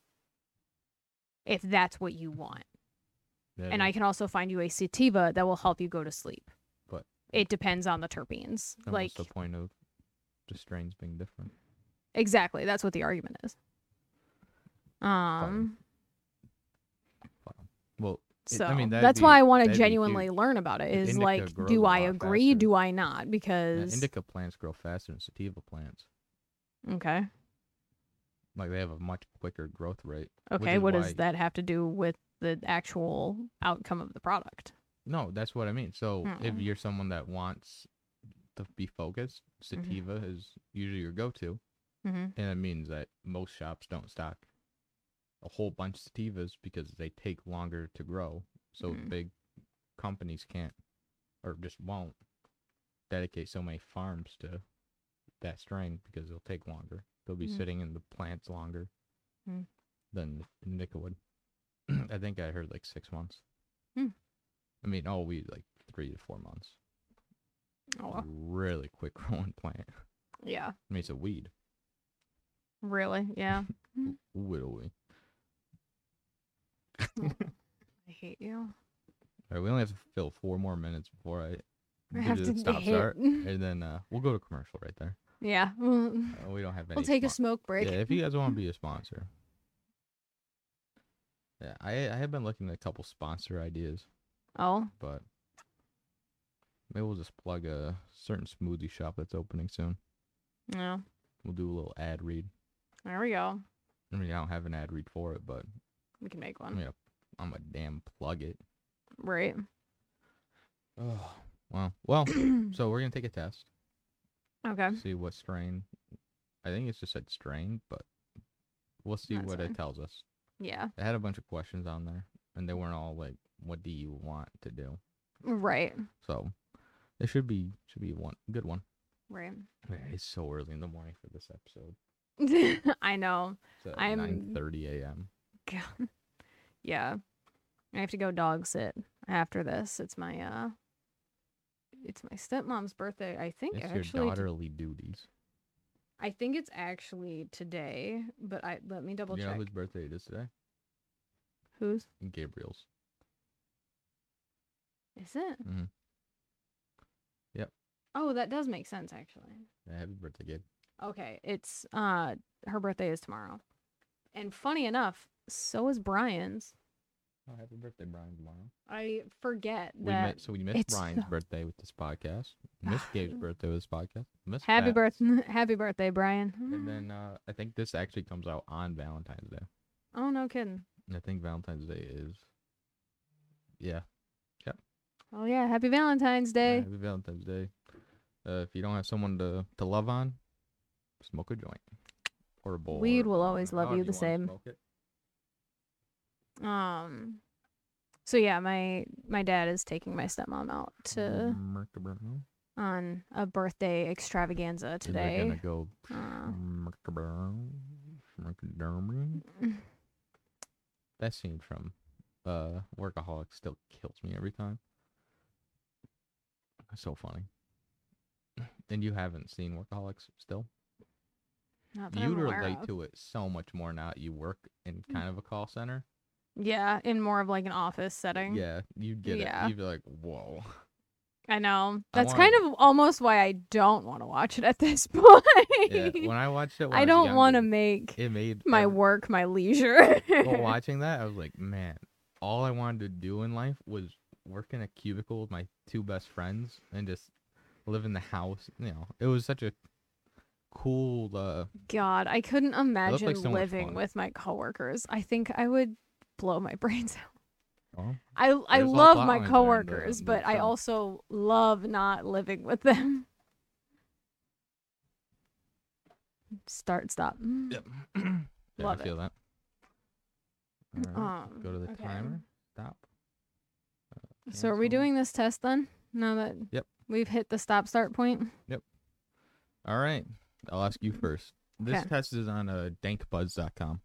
[SPEAKER 2] If that's what you want
[SPEAKER 1] Yeah,
[SPEAKER 2] and I can also find you a sativa that will help you go to sleep.
[SPEAKER 1] But-
[SPEAKER 2] it depends on the terpenes.
[SPEAKER 1] and
[SPEAKER 2] like
[SPEAKER 1] what's the point of the strains being different?
[SPEAKER 2] exactly, that's what the argument is. Um,
[SPEAKER 1] Well, It-
[SPEAKER 2] so
[SPEAKER 1] I mean, that'd
[SPEAKER 2] that's
[SPEAKER 1] be-
[SPEAKER 2] why I want
[SPEAKER 1] that'd
[SPEAKER 2] to
[SPEAKER 1] be
[SPEAKER 2] genuinely
[SPEAKER 1] huge.
[SPEAKER 2] learn about it.
[SPEAKER 1] The
[SPEAKER 2] Is
[SPEAKER 1] indica
[SPEAKER 2] like,
[SPEAKER 1] grows
[SPEAKER 2] do
[SPEAKER 1] a
[SPEAKER 2] I
[SPEAKER 1] lot
[SPEAKER 2] agree?
[SPEAKER 1] faster.
[SPEAKER 2] Do I not?
[SPEAKER 1] yeah,
[SPEAKER 2] Because
[SPEAKER 1] indica plants grow faster than sativa plants.
[SPEAKER 2] okay,
[SPEAKER 1] Like they have a much quicker growth rate. which
[SPEAKER 2] okay,
[SPEAKER 1] is
[SPEAKER 2] what
[SPEAKER 1] why-
[SPEAKER 2] does that have to do with the actual outcome of the product?
[SPEAKER 1] No, that's what I mean. So if
[SPEAKER 2] Oh.
[SPEAKER 1] you're someone that wants to be focused, sativa is usually your go-to,
[SPEAKER 2] Mm-hmm.
[SPEAKER 1] and it means that most shops don't stock a whole bunch of sativas because they take longer to grow. So
[SPEAKER 2] Mm.
[SPEAKER 1] big companies can't or just won't dedicate so many farms to that strain because it'll take longer. They'll be
[SPEAKER 2] Mm.
[SPEAKER 1] sitting in the plants longer
[SPEAKER 2] Mm.
[SPEAKER 1] than indica would. I think I heard like six months.
[SPEAKER 2] Hmm.
[SPEAKER 1] I mean, all we like three to four months.
[SPEAKER 2] Oh,
[SPEAKER 1] It's
[SPEAKER 2] well.
[SPEAKER 1] a Really quick growing plant.
[SPEAKER 2] yeah,
[SPEAKER 1] I mean, it's a weed.
[SPEAKER 2] really, yeah.
[SPEAKER 1] W- Widowy.
[SPEAKER 2] I hate you.
[SPEAKER 1] All right, we only have to fill four more minutes before I,
[SPEAKER 2] I
[SPEAKER 1] do
[SPEAKER 2] have
[SPEAKER 1] the
[SPEAKER 2] to
[SPEAKER 1] stop
[SPEAKER 2] hit.
[SPEAKER 1] start, and then uh, we'll go to commercial right there.
[SPEAKER 2] Yeah, we'll,
[SPEAKER 1] Uh, we don't have any.
[SPEAKER 2] we'll take a
[SPEAKER 1] spon-
[SPEAKER 2] smoke break.
[SPEAKER 1] Yeah, if you guys want to be a sponsor. Yeah, I I have been looking at a couple sponsor ideas,
[SPEAKER 2] Oh,
[SPEAKER 1] but maybe we'll just plug a certain smoothie shop that's opening soon.
[SPEAKER 2] yeah.
[SPEAKER 1] We'll do a little ad read.
[SPEAKER 2] There we go.
[SPEAKER 1] I mean, I don't have an ad read for it, but
[SPEAKER 2] We can make
[SPEAKER 1] I'm
[SPEAKER 2] one.
[SPEAKER 1] gonna, I'm gonna damn plug it.
[SPEAKER 2] Right.
[SPEAKER 1] Oh, well, well.
[SPEAKER 2] okay.
[SPEAKER 1] so we're gonna take a test, see what strain. I think it's just said strain, but we'll see
[SPEAKER 2] That's
[SPEAKER 1] what
[SPEAKER 2] fine.
[SPEAKER 1] it tells us.
[SPEAKER 2] Yeah.
[SPEAKER 1] It had a bunch of questions on there, and they weren't all like, "What do you want to do?"
[SPEAKER 2] Right.
[SPEAKER 1] So it should be should be one good one.
[SPEAKER 2] Right.
[SPEAKER 1] Man, It's so early in the morning for this episode.
[SPEAKER 2] I know.
[SPEAKER 1] It's at
[SPEAKER 2] I'm-
[SPEAKER 1] 9:30 a.m.
[SPEAKER 2] God. Yeah. I have to go dog sit after this. It's my uh it's my stepmom's birthday. I think
[SPEAKER 1] It's your
[SPEAKER 2] actually t-
[SPEAKER 1] daughterly duties.
[SPEAKER 2] I think it's actually today, but I let me double
[SPEAKER 1] you know
[SPEAKER 2] check.
[SPEAKER 1] whose birthday it is today?
[SPEAKER 2] Whose?
[SPEAKER 1] Gabriel's.
[SPEAKER 2] Is it?
[SPEAKER 1] Mhm. Yep.
[SPEAKER 2] Oh, that does make sense actually.
[SPEAKER 1] Yeah, happy birthday, Gabe.
[SPEAKER 2] Okay, it's uh her birthday is tomorrow. And funny enough, so is Brian's.
[SPEAKER 1] Oh, happy birthday, Brian, tomorrow.
[SPEAKER 2] I forget
[SPEAKER 1] We
[SPEAKER 2] that
[SPEAKER 1] met, so we missed
[SPEAKER 2] it's
[SPEAKER 1] Brian's
[SPEAKER 2] the-
[SPEAKER 1] birthday with this podcast. Missed Gabe's birthday with this podcast. Missed
[SPEAKER 2] Happy
[SPEAKER 1] Pat's.
[SPEAKER 2] birthday happy birthday, Brian.
[SPEAKER 1] And then uh, I think this actually comes out on Valentine's Day.
[SPEAKER 2] Oh no kidding.
[SPEAKER 1] And I think Valentine's Day is. Yeah.
[SPEAKER 2] Oh yeah, happy Valentine's
[SPEAKER 1] yeah,
[SPEAKER 2] Day.
[SPEAKER 1] Happy Valentine's Day. Uh, if you don't have someone to, to love on, smoke a joint or a bowl.
[SPEAKER 2] Weed
[SPEAKER 1] or
[SPEAKER 2] will always
[SPEAKER 1] whatever,
[SPEAKER 2] love you
[SPEAKER 1] however
[SPEAKER 2] the
[SPEAKER 1] Oh, wanna
[SPEAKER 2] same.
[SPEAKER 1] smoke it.
[SPEAKER 2] Um so yeah, my my dad is taking my stepmom out to
[SPEAKER 1] Merkabah.
[SPEAKER 2] on a birthday extravaganza
[SPEAKER 1] Mm. Is it gonna Mm.
[SPEAKER 2] today.
[SPEAKER 1] go
[SPEAKER 2] Uh,
[SPEAKER 1] Merkabah, Merkadabah? That scene from uh Workaholic still kills me every time. That's so funny. And you haven't seen Workaholics still?
[SPEAKER 2] not that
[SPEAKER 1] You'd
[SPEAKER 2] I'm aware
[SPEAKER 1] relate
[SPEAKER 2] of. Mm.
[SPEAKER 1] to it so much more now that you work in kind of a call center.
[SPEAKER 2] Yeah, in more of like an office setting.
[SPEAKER 1] Yeah, you'd get
[SPEAKER 2] Yeah.
[SPEAKER 1] it. You'd be like, whoa.
[SPEAKER 2] I know.
[SPEAKER 1] I
[SPEAKER 2] That's
[SPEAKER 1] wanna-
[SPEAKER 2] kind of almost why I don't want to watch it at this point.
[SPEAKER 1] Yeah, when I watched it, when
[SPEAKER 2] I
[SPEAKER 1] was
[SPEAKER 2] don't want to
[SPEAKER 1] younger,
[SPEAKER 2] make
[SPEAKER 1] It made
[SPEAKER 2] my
[SPEAKER 1] every-
[SPEAKER 2] work my leisure.
[SPEAKER 1] Well, watching that, I was like, man, all I wanted to do in life was work in a cubicle with my two best friends and just live in the house. You know, it was such a cool. Uh,
[SPEAKER 2] God, I couldn't imagine
[SPEAKER 1] so much
[SPEAKER 2] living
[SPEAKER 1] fun.
[SPEAKER 2] with my coworkers. I think I would blow my brains out.
[SPEAKER 1] well,
[SPEAKER 2] I I
[SPEAKER 1] There's all
[SPEAKER 2] love
[SPEAKER 1] plot lines there,
[SPEAKER 2] my
[SPEAKER 1] and they're-
[SPEAKER 2] coworkers,
[SPEAKER 1] they're
[SPEAKER 2] but I
[SPEAKER 1] so-
[SPEAKER 2] also love not living with them. Start stop.
[SPEAKER 1] yep. yeah,
[SPEAKER 2] Love
[SPEAKER 1] I
[SPEAKER 2] it.
[SPEAKER 1] feel that. All right,
[SPEAKER 2] Um,
[SPEAKER 1] go to the
[SPEAKER 2] okay.
[SPEAKER 1] timer. Stop.
[SPEAKER 2] So are we
[SPEAKER 1] Cancel.
[SPEAKER 2] doing this test then? Now that
[SPEAKER 1] Yep.
[SPEAKER 2] we've hit the stop start point.
[SPEAKER 1] All right. I'll ask you first. This
[SPEAKER 2] Okay.
[SPEAKER 1] test is on uh, dankbuds.com.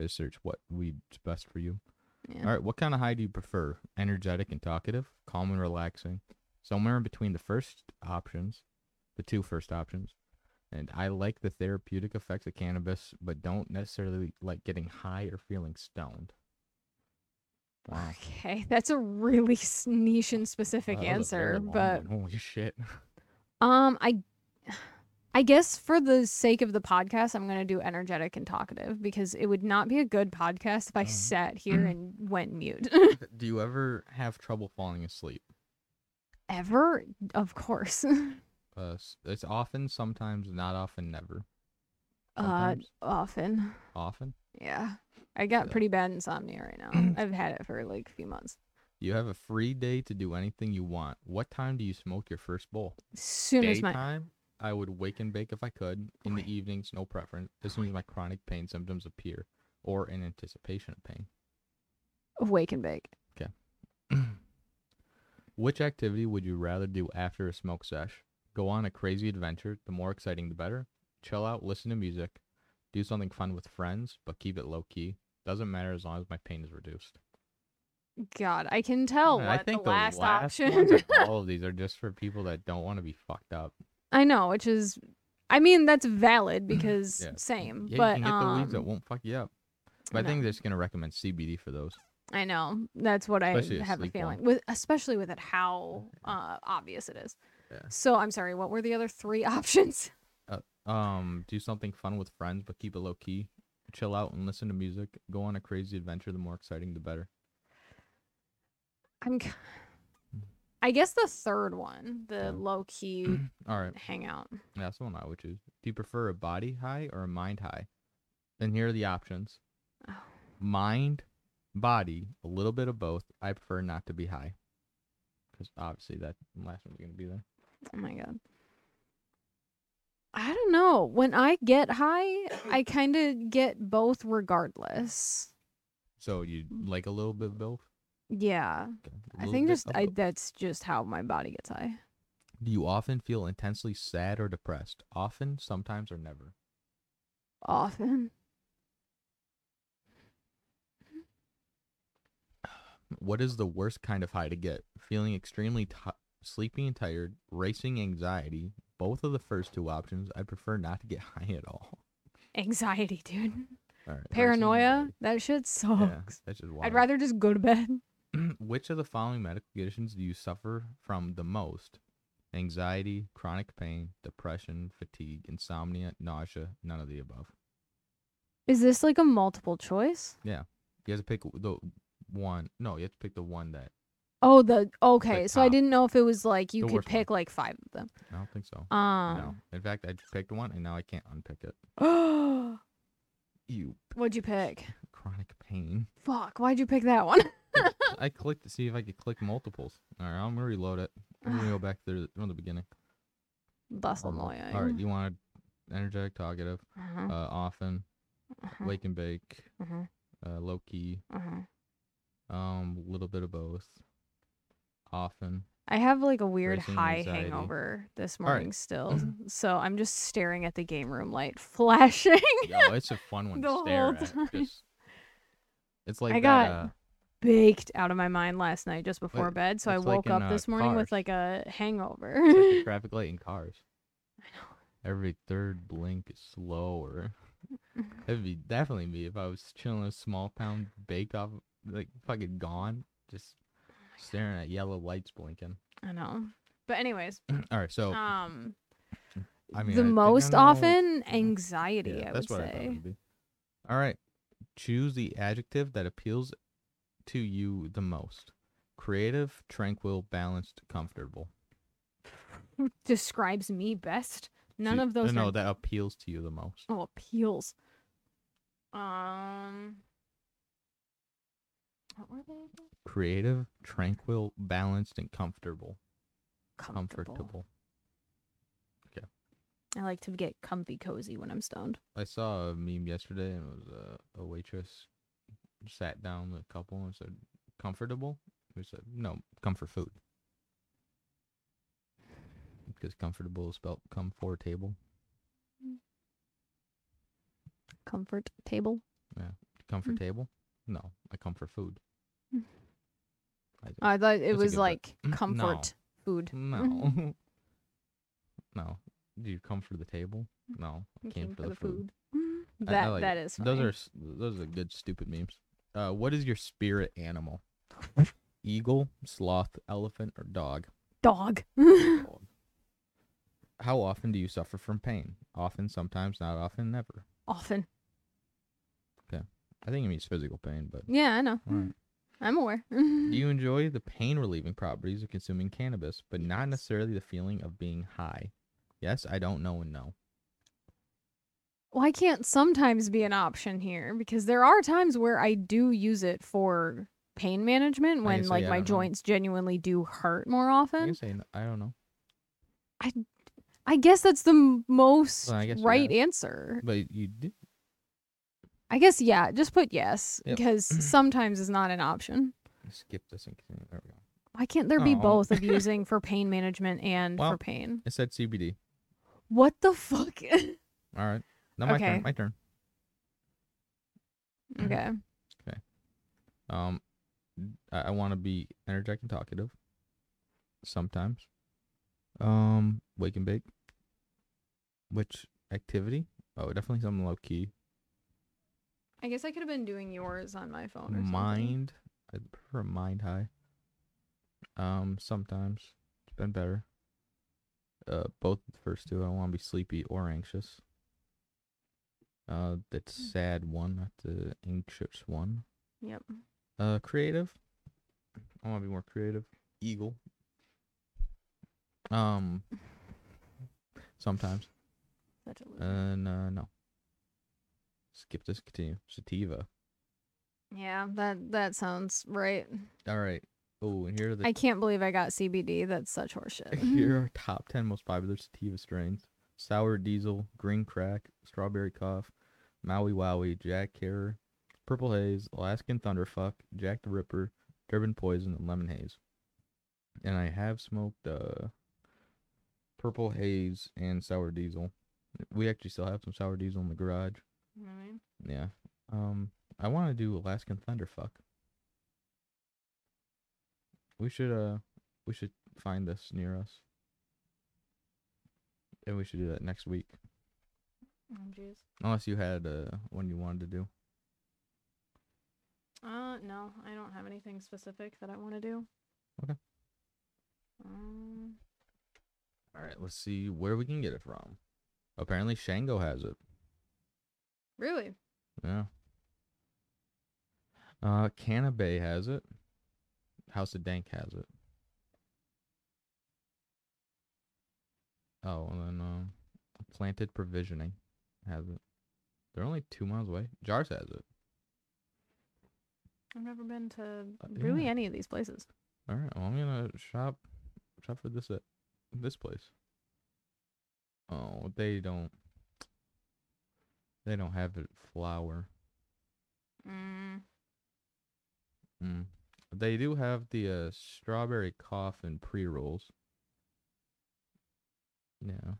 [SPEAKER 1] Just search what weed's best for you.
[SPEAKER 2] Yeah.
[SPEAKER 1] All right. What kind of high do you prefer? Energetic and talkative, calm and relaxing, somewhere in between the first options, the two first options. And I like the therapeutic effects of cannabis, but don't necessarily like getting high or feeling stoned. Wow.
[SPEAKER 2] Okay, that's a really s- niche and specific
[SPEAKER 1] Wow, that was a very
[SPEAKER 2] answer,
[SPEAKER 1] long
[SPEAKER 2] but
[SPEAKER 1] one. holy shit.
[SPEAKER 2] um, I, I guess for the sake of the podcast, I'm gonna do energetic and talkative because it would not be a good podcast if I
[SPEAKER 1] Oh.
[SPEAKER 2] sat here and went mute.
[SPEAKER 1] do you ever have trouble falling asleep?
[SPEAKER 2] Ever, of course.
[SPEAKER 1] Uh, s- it's often, sometimes, not often, never.
[SPEAKER 2] Uh,
[SPEAKER 1] Sometimes.
[SPEAKER 2] often,
[SPEAKER 1] Often.
[SPEAKER 2] yeah. I got
[SPEAKER 1] Yeah.
[SPEAKER 2] pretty bad insomnia right now. I've had it for like a few months.
[SPEAKER 1] You have a free day to do anything you want. What time do you smoke your first bowl?
[SPEAKER 2] Soon as my
[SPEAKER 1] Daytime, I would wake and bake if I could. In the evenings, no preference. As soon as my chronic pain symptoms appear, or in anticipation of pain.
[SPEAKER 2] wake and bake.
[SPEAKER 1] Which activity would you rather do after a smoke sesh? Go on a crazy adventure, the more exciting the better. Chill out, listen to music, do something fun with friends, but keep it low key. Doesn't matter as long as my pain is reduced.
[SPEAKER 2] God, I can tell
[SPEAKER 1] Man,
[SPEAKER 2] Oh, what the last, option.
[SPEAKER 1] ones of all of these are just for people that don't want to be fucked up.
[SPEAKER 2] I know, which is, I mean, that's valid because
[SPEAKER 1] Yeah.
[SPEAKER 2] same,
[SPEAKER 1] Yeah,
[SPEAKER 2] but
[SPEAKER 1] you can get the weeds that
[SPEAKER 2] um,
[SPEAKER 1] won't fuck you up. But I
[SPEAKER 2] no.
[SPEAKER 1] think they're just gonna recommend CBD for those.
[SPEAKER 2] I know that's what I
[SPEAKER 1] Especially a
[SPEAKER 2] have a
[SPEAKER 1] sleep
[SPEAKER 2] feeling
[SPEAKER 1] one.
[SPEAKER 2] with, especially with it how uh, obvious it is.
[SPEAKER 1] Yeah.
[SPEAKER 2] So I'm sorry. What were the other three options?
[SPEAKER 1] Um, do something fun with friends, but keep it low key. Chill out and listen to music. Go on a crazy adventure. The more exciting, the better.
[SPEAKER 2] I'm, k- I guess the third one, the
[SPEAKER 1] Yeah.
[SPEAKER 2] low key
[SPEAKER 1] All right,
[SPEAKER 2] hangout.
[SPEAKER 1] that's the one I would choose. Do you prefer a body high or a mind high? And here are the options:
[SPEAKER 2] Oh.
[SPEAKER 1] mind, body, a little bit of both. I prefer not to be high, because obviously that last one's gonna be there.
[SPEAKER 2] Oh my god. I don't know. When I get high, I kind of get both regardless.
[SPEAKER 1] So you like a little bit of both?
[SPEAKER 2] Yeah.
[SPEAKER 1] Okay, a
[SPEAKER 2] I
[SPEAKER 1] little
[SPEAKER 2] think
[SPEAKER 1] bit
[SPEAKER 2] just
[SPEAKER 1] of
[SPEAKER 2] I
[SPEAKER 1] both.
[SPEAKER 2] that's just how my body gets high.
[SPEAKER 1] Do you often feel intensely sad or depressed? Often, sometimes, or never.
[SPEAKER 2] Often.
[SPEAKER 1] What is the worst kind of high to get? Feeling extremely t- sleepy and tired, racing anxiety. Both of the first two options, I prefer not to get high at all.
[SPEAKER 2] Anxiety, dude.
[SPEAKER 1] All right, very similar
[SPEAKER 2] Paranoia,
[SPEAKER 1] movie.
[SPEAKER 2] that shit sucks.
[SPEAKER 1] Yeah, that's just wild.
[SPEAKER 2] I'd rather just go to bed.
[SPEAKER 1] Which of the following medical conditions do you suffer from the most? Anxiety, chronic pain, depression, fatigue, insomnia, nausea, none of the above.
[SPEAKER 2] Is this like a multiple choice?
[SPEAKER 1] You have to pick the one. No, you have to pick the one that.
[SPEAKER 2] Oh, the okay. so I
[SPEAKER 1] top.
[SPEAKER 2] didn't know if it was like you
[SPEAKER 1] The
[SPEAKER 2] could
[SPEAKER 1] worst one.
[SPEAKER 2] pick like five of them.
[SPEAKER 1] I don't think so. no.
[SPEAKER 2] Um,
[SPEAKER 1] In fact, I just picked one and now I can't unpick it. You
[SPEAKER 2] Um, what'd you pick?
[SPEAKER 1] chronic pain.
[SPEAKER 2] Fuck, why'd you pick that one?
[SPEAKER 1] I clicked to see if I could click multiples. All right, I'm gonna reload it. I'm gonna go back to the, from the beginning.
[SPEAKER 2] That's
[SPEAKER 1] Hold on.
[SPEAKER 2] annoying.
[SPEAKER 1] All right, you want energetic, talkative,
[SPEAKER 2] Uh-huh,
[SPEAKER 1] uh, often,
[SPEAKER 2] uh-huh,
[SPEAKER 1] wake and bake,
[SPEAKER 2] uh-huh,
[SPEAKER 1] uh, low key,
[SPEAKER 2] uh-huh.
[SPEAKER 1] um, little bit of both, often.
[SPEAKER 2] I have like a weird
[SPEAKER 1] Racing
[SPEAKER 2] high
[SPEAKER 1] anxiety.
[SPEAKER 2] hangover this
[SPEAKER 1] right.
[SPEAKER 2] morning still. So I'm just staring at the game room light flashing.
[SPEAKER 1] Yo, it's a fun one
[SPEAKER 2] The
[SPEAKER 1] to stare
[SPEAKER 2] whole
[SPEAKER 1] at.
[SPEAKER 2] time.
[SPEAKER 1] Just- it's like
[SPEAKER 2] I
[SPEAKER 1] that,
[SPEAKER 2] got
[SPEAKER 1] uh,
[SPEAKER 2] Baked out of my mind last night just before
[SPEAKER 1] Wait,
[SPEAKER 2] bed. So I
[SPEAKER 1] it's like
[SPEAKER 2] woke
[SPEAKER 1] in,
[SPEAKER 2] up
[SPEAKER 1] uh,
[SPEAKER 2] this morning with
[SPEAKER 1] Cars.
[SPEAKER 2] like a hangover.
[SPEAKER 1] it's like the traffic light in cars. Every third blink is slower. That'd be definitely me if I was chilling in a small town, baked off, like fucking gone, just
[SPEAKER 2] Oh
[SPEAKER 1] staring at yellow lights blinking.
[SPEAKER 2] I know. But anyways,
[SPEAKER 1] All right, so
[SPEAKER 2] um
[SPEAKER 1] I mean, I
[SPEAKER 2] the
[SPEAKER 1] think I
[SPEAKER 2] most
[SPEAKER 1] know-
[SPEAKER 2] often anxiety,
[SPEAKER 1] yeah,
[SPEAKER 2] I
[SPEAKER 1] that's
[SPEAKER 2] would
[SPEAKER 1] what I thought it
[SPEAKER 2] say.
[SPEAKER 1] would be. All right, choose the adjective that appeals to you the most: creative, tranquil, balanced, comfortable.
[SPEAKER 2] Describes me best. None
[SPEAKER 1] Choo-
[SPEAKER 2] of those
[SPEAKER 1] No,
[SPEAKER 2] are-
[SPEAKER 1] that appeals to you the most.
[SPEAKER 2] oh appeals. Um what were they? again?
[SPEAKER 1] Creative, tranquil, balanced, and comfortable.
[SPEAKER 2] Comfortable.
[SPEAKER 1] Comfortable.
[SPEAKER 2] I like to get comfy cozy when I'm stoned.
[SPEAKER 1] I saw a meme yesterday, and it was a, a waitress sat down with a couple and said, "Comfortable." We said, "No, comfort food." Because comfortable is spelled come for table.
[SPEAKER 2] Comfort table.
[SPEAKER 1] Comfort table? No, I come for food.
[SPEAKER 2] Mm.
[SPEAKER 1] I do.
[SPEAKER 2] I thought it
[SPEAKER 1] That's a
[SPEAKER 2] was
[SPEAKER 1] good word. Mm-hmm.
[SPEAKER 2] like
[SPEAKER 1] No.
[SPEAKER 2] comfort food.
[SPEAKER 1] Uh, no. no. Do you come for the table? No. I Mm. came, for, the food.
[SPEAKER 2] Mm,
[SPEAKER 1] I- I
[SPEAKER 2] That
[SPEAKER 1] like
[SPEAKER 2] that
[SPEAKER 1] it.
[SPEAKER 2] is
[SPEAKER 1] Those
[SPEAKER 2] funny.
[SPEAKER 1] are s- those are good stupid memes. Uh, what is your spirit animal? Eagle, sloth, elephant, or dog?
[SPEAKER 2] dog.
[SPEAKER 1] Dog. How often do you suffer from pain? Often, sometimes, not often, never.
[SPEAKER 2] Often.
[SPEAKER 1] I think it means physical pain, but
[SPEAKER 2] Yeah, I know.
[SPEAKER 1] Right.
[SPEAKER 2] I'm aware.
[SPEAKER 1] Do you enjoy the pain relieving properties of consuming cannabis, but not
[SPEAKER 2] Yes.
[SPEAKER 1] necessarily the feeling of being high? Yes, I don't know and no.
[SPEAKER 2] Why can't sometimes be an option here? Because there are times where I do use it for pain management when
[SPEAKER 1] guess,
[SPEAKER 2] like
[SPEAKER 1] yeah, I
[SPEAKER 2] my
[SPEAKER 1] don't know.
[SPEAKER 2] joints genuinely do hurt more
[SPEAKER 1] I
[SPEAKER 2] often.
[SPEAKER 1] can say n- I don't know.
[SPEAKER 2] I guess that's the m- most
[SPEAKER 1] Well, I guess,
[SPEAKER 2] right
[SPEAKER 1] yeah.
[SPEAKER 2] answer.
[SPEAKER 1] But you did.
[SPEAKER 2] I guess yeah, just put yes
[SPEAKER 1] Yep.
[SPEAKER 2] because sometimes is not an option.
[SPEAKER 1] Skip this and continue. There we go.
[SPEAKER 2] Why can't there be
[SPEAKER 1] Oh.
[SPEAKER 2] both of using for pain management and for
[SPEAKER 1] Well.
[SPEAKER 2] pain?
[SPEAKER 1] It said CBD.
[SPEAKER 2] What the fuck?
[SPEAKER 1] Mm. All right. Now my
[SPEAKER 2] Okay.
[SPEAKER 1] turn. My turn.
[SPEAKER 2] okay.
[SPEAKER 1] Um, I, I want to be energetic and talkative. Sometimes. Um, wake and bake. Which activity? Oh, definitely something low key.
[SPEAKER 2] I guess I could have been doing yours on my phone or something.
[SPEAKER 1] mind. I prefer mind high. Um, sometimes it's been better. Uh, both the first two. I don't want to be sleepy or anxious. Uh, that sad one, not the anxious one.
[SPEAKER 2] Yep.
[SPEAKER 1] Uh, creative. I want to be more creative. Eagle. Um. Sometimes.
[SPEAKER 2] Such a loser.
[SPEAKER 1] And uh, no. Skip this. Continue. Sativa.
[SPEAKER 2] yeah, that that sounds right.
[SPEAKER 1] All right. Oh, and here are the
[SPEAKER 2] I can't believe I got CBD. That's such horseshit.
[SPEAKER 1] Here are top 10 most popular sativa strains Sour Diesel, Green Crack, Strawberry Cough, Maui Wowie, Jack Carer, Purple Haze, Alaskan Thunderfuck, Jack the Ripper, Durban Poison, and Lemon Haze. And I have smoked uh, Purple Haze and Sour Diesel. We actually still have some Sour Diesel in the garage.
[SPEAKER 2] Mhm.
[SPEAKER 1] Yeah. Um, I want to do Alaskan Thunderfuck. We should uh, we should find this near us, and we should do that next week.
[SPEAKER 2] Oh, jeez.
[SPEAKER 1] Unless you had uh, one you wanted to do.
[SPEAKER 2] Uh, no, I don't have anything specific that I want to do.
[SPEAKER 1] Okay.
[SPEAKER 2] Um,
[SPEAKER 1] All right, let's see where we can get it from. Apparently, Shango has it.
[SPEAKER 2] really?
[SPEAKER 1] Yeah. Uh, Canabe has it. House of Dank has it. Oh, and then um, Planted Provisioning has it. They're only two miles away. Jars has it.
[SPEAKER 2] I've never been to
[SPEAKER 1] Uh,
[SPEAKER 2] really
[SPEAKER 1] yeah.
[SPEAKER 2] any of these places.
[SPEAKER 1] All right, well, I'm gonna shop, shop for this at this place. Oh, they don't. They don't have it flour.
[SPEAKER 2] Mm.
[SPEAKER 1] Mm. They do have the uh, strawberry coffin pre rolls. Yeah.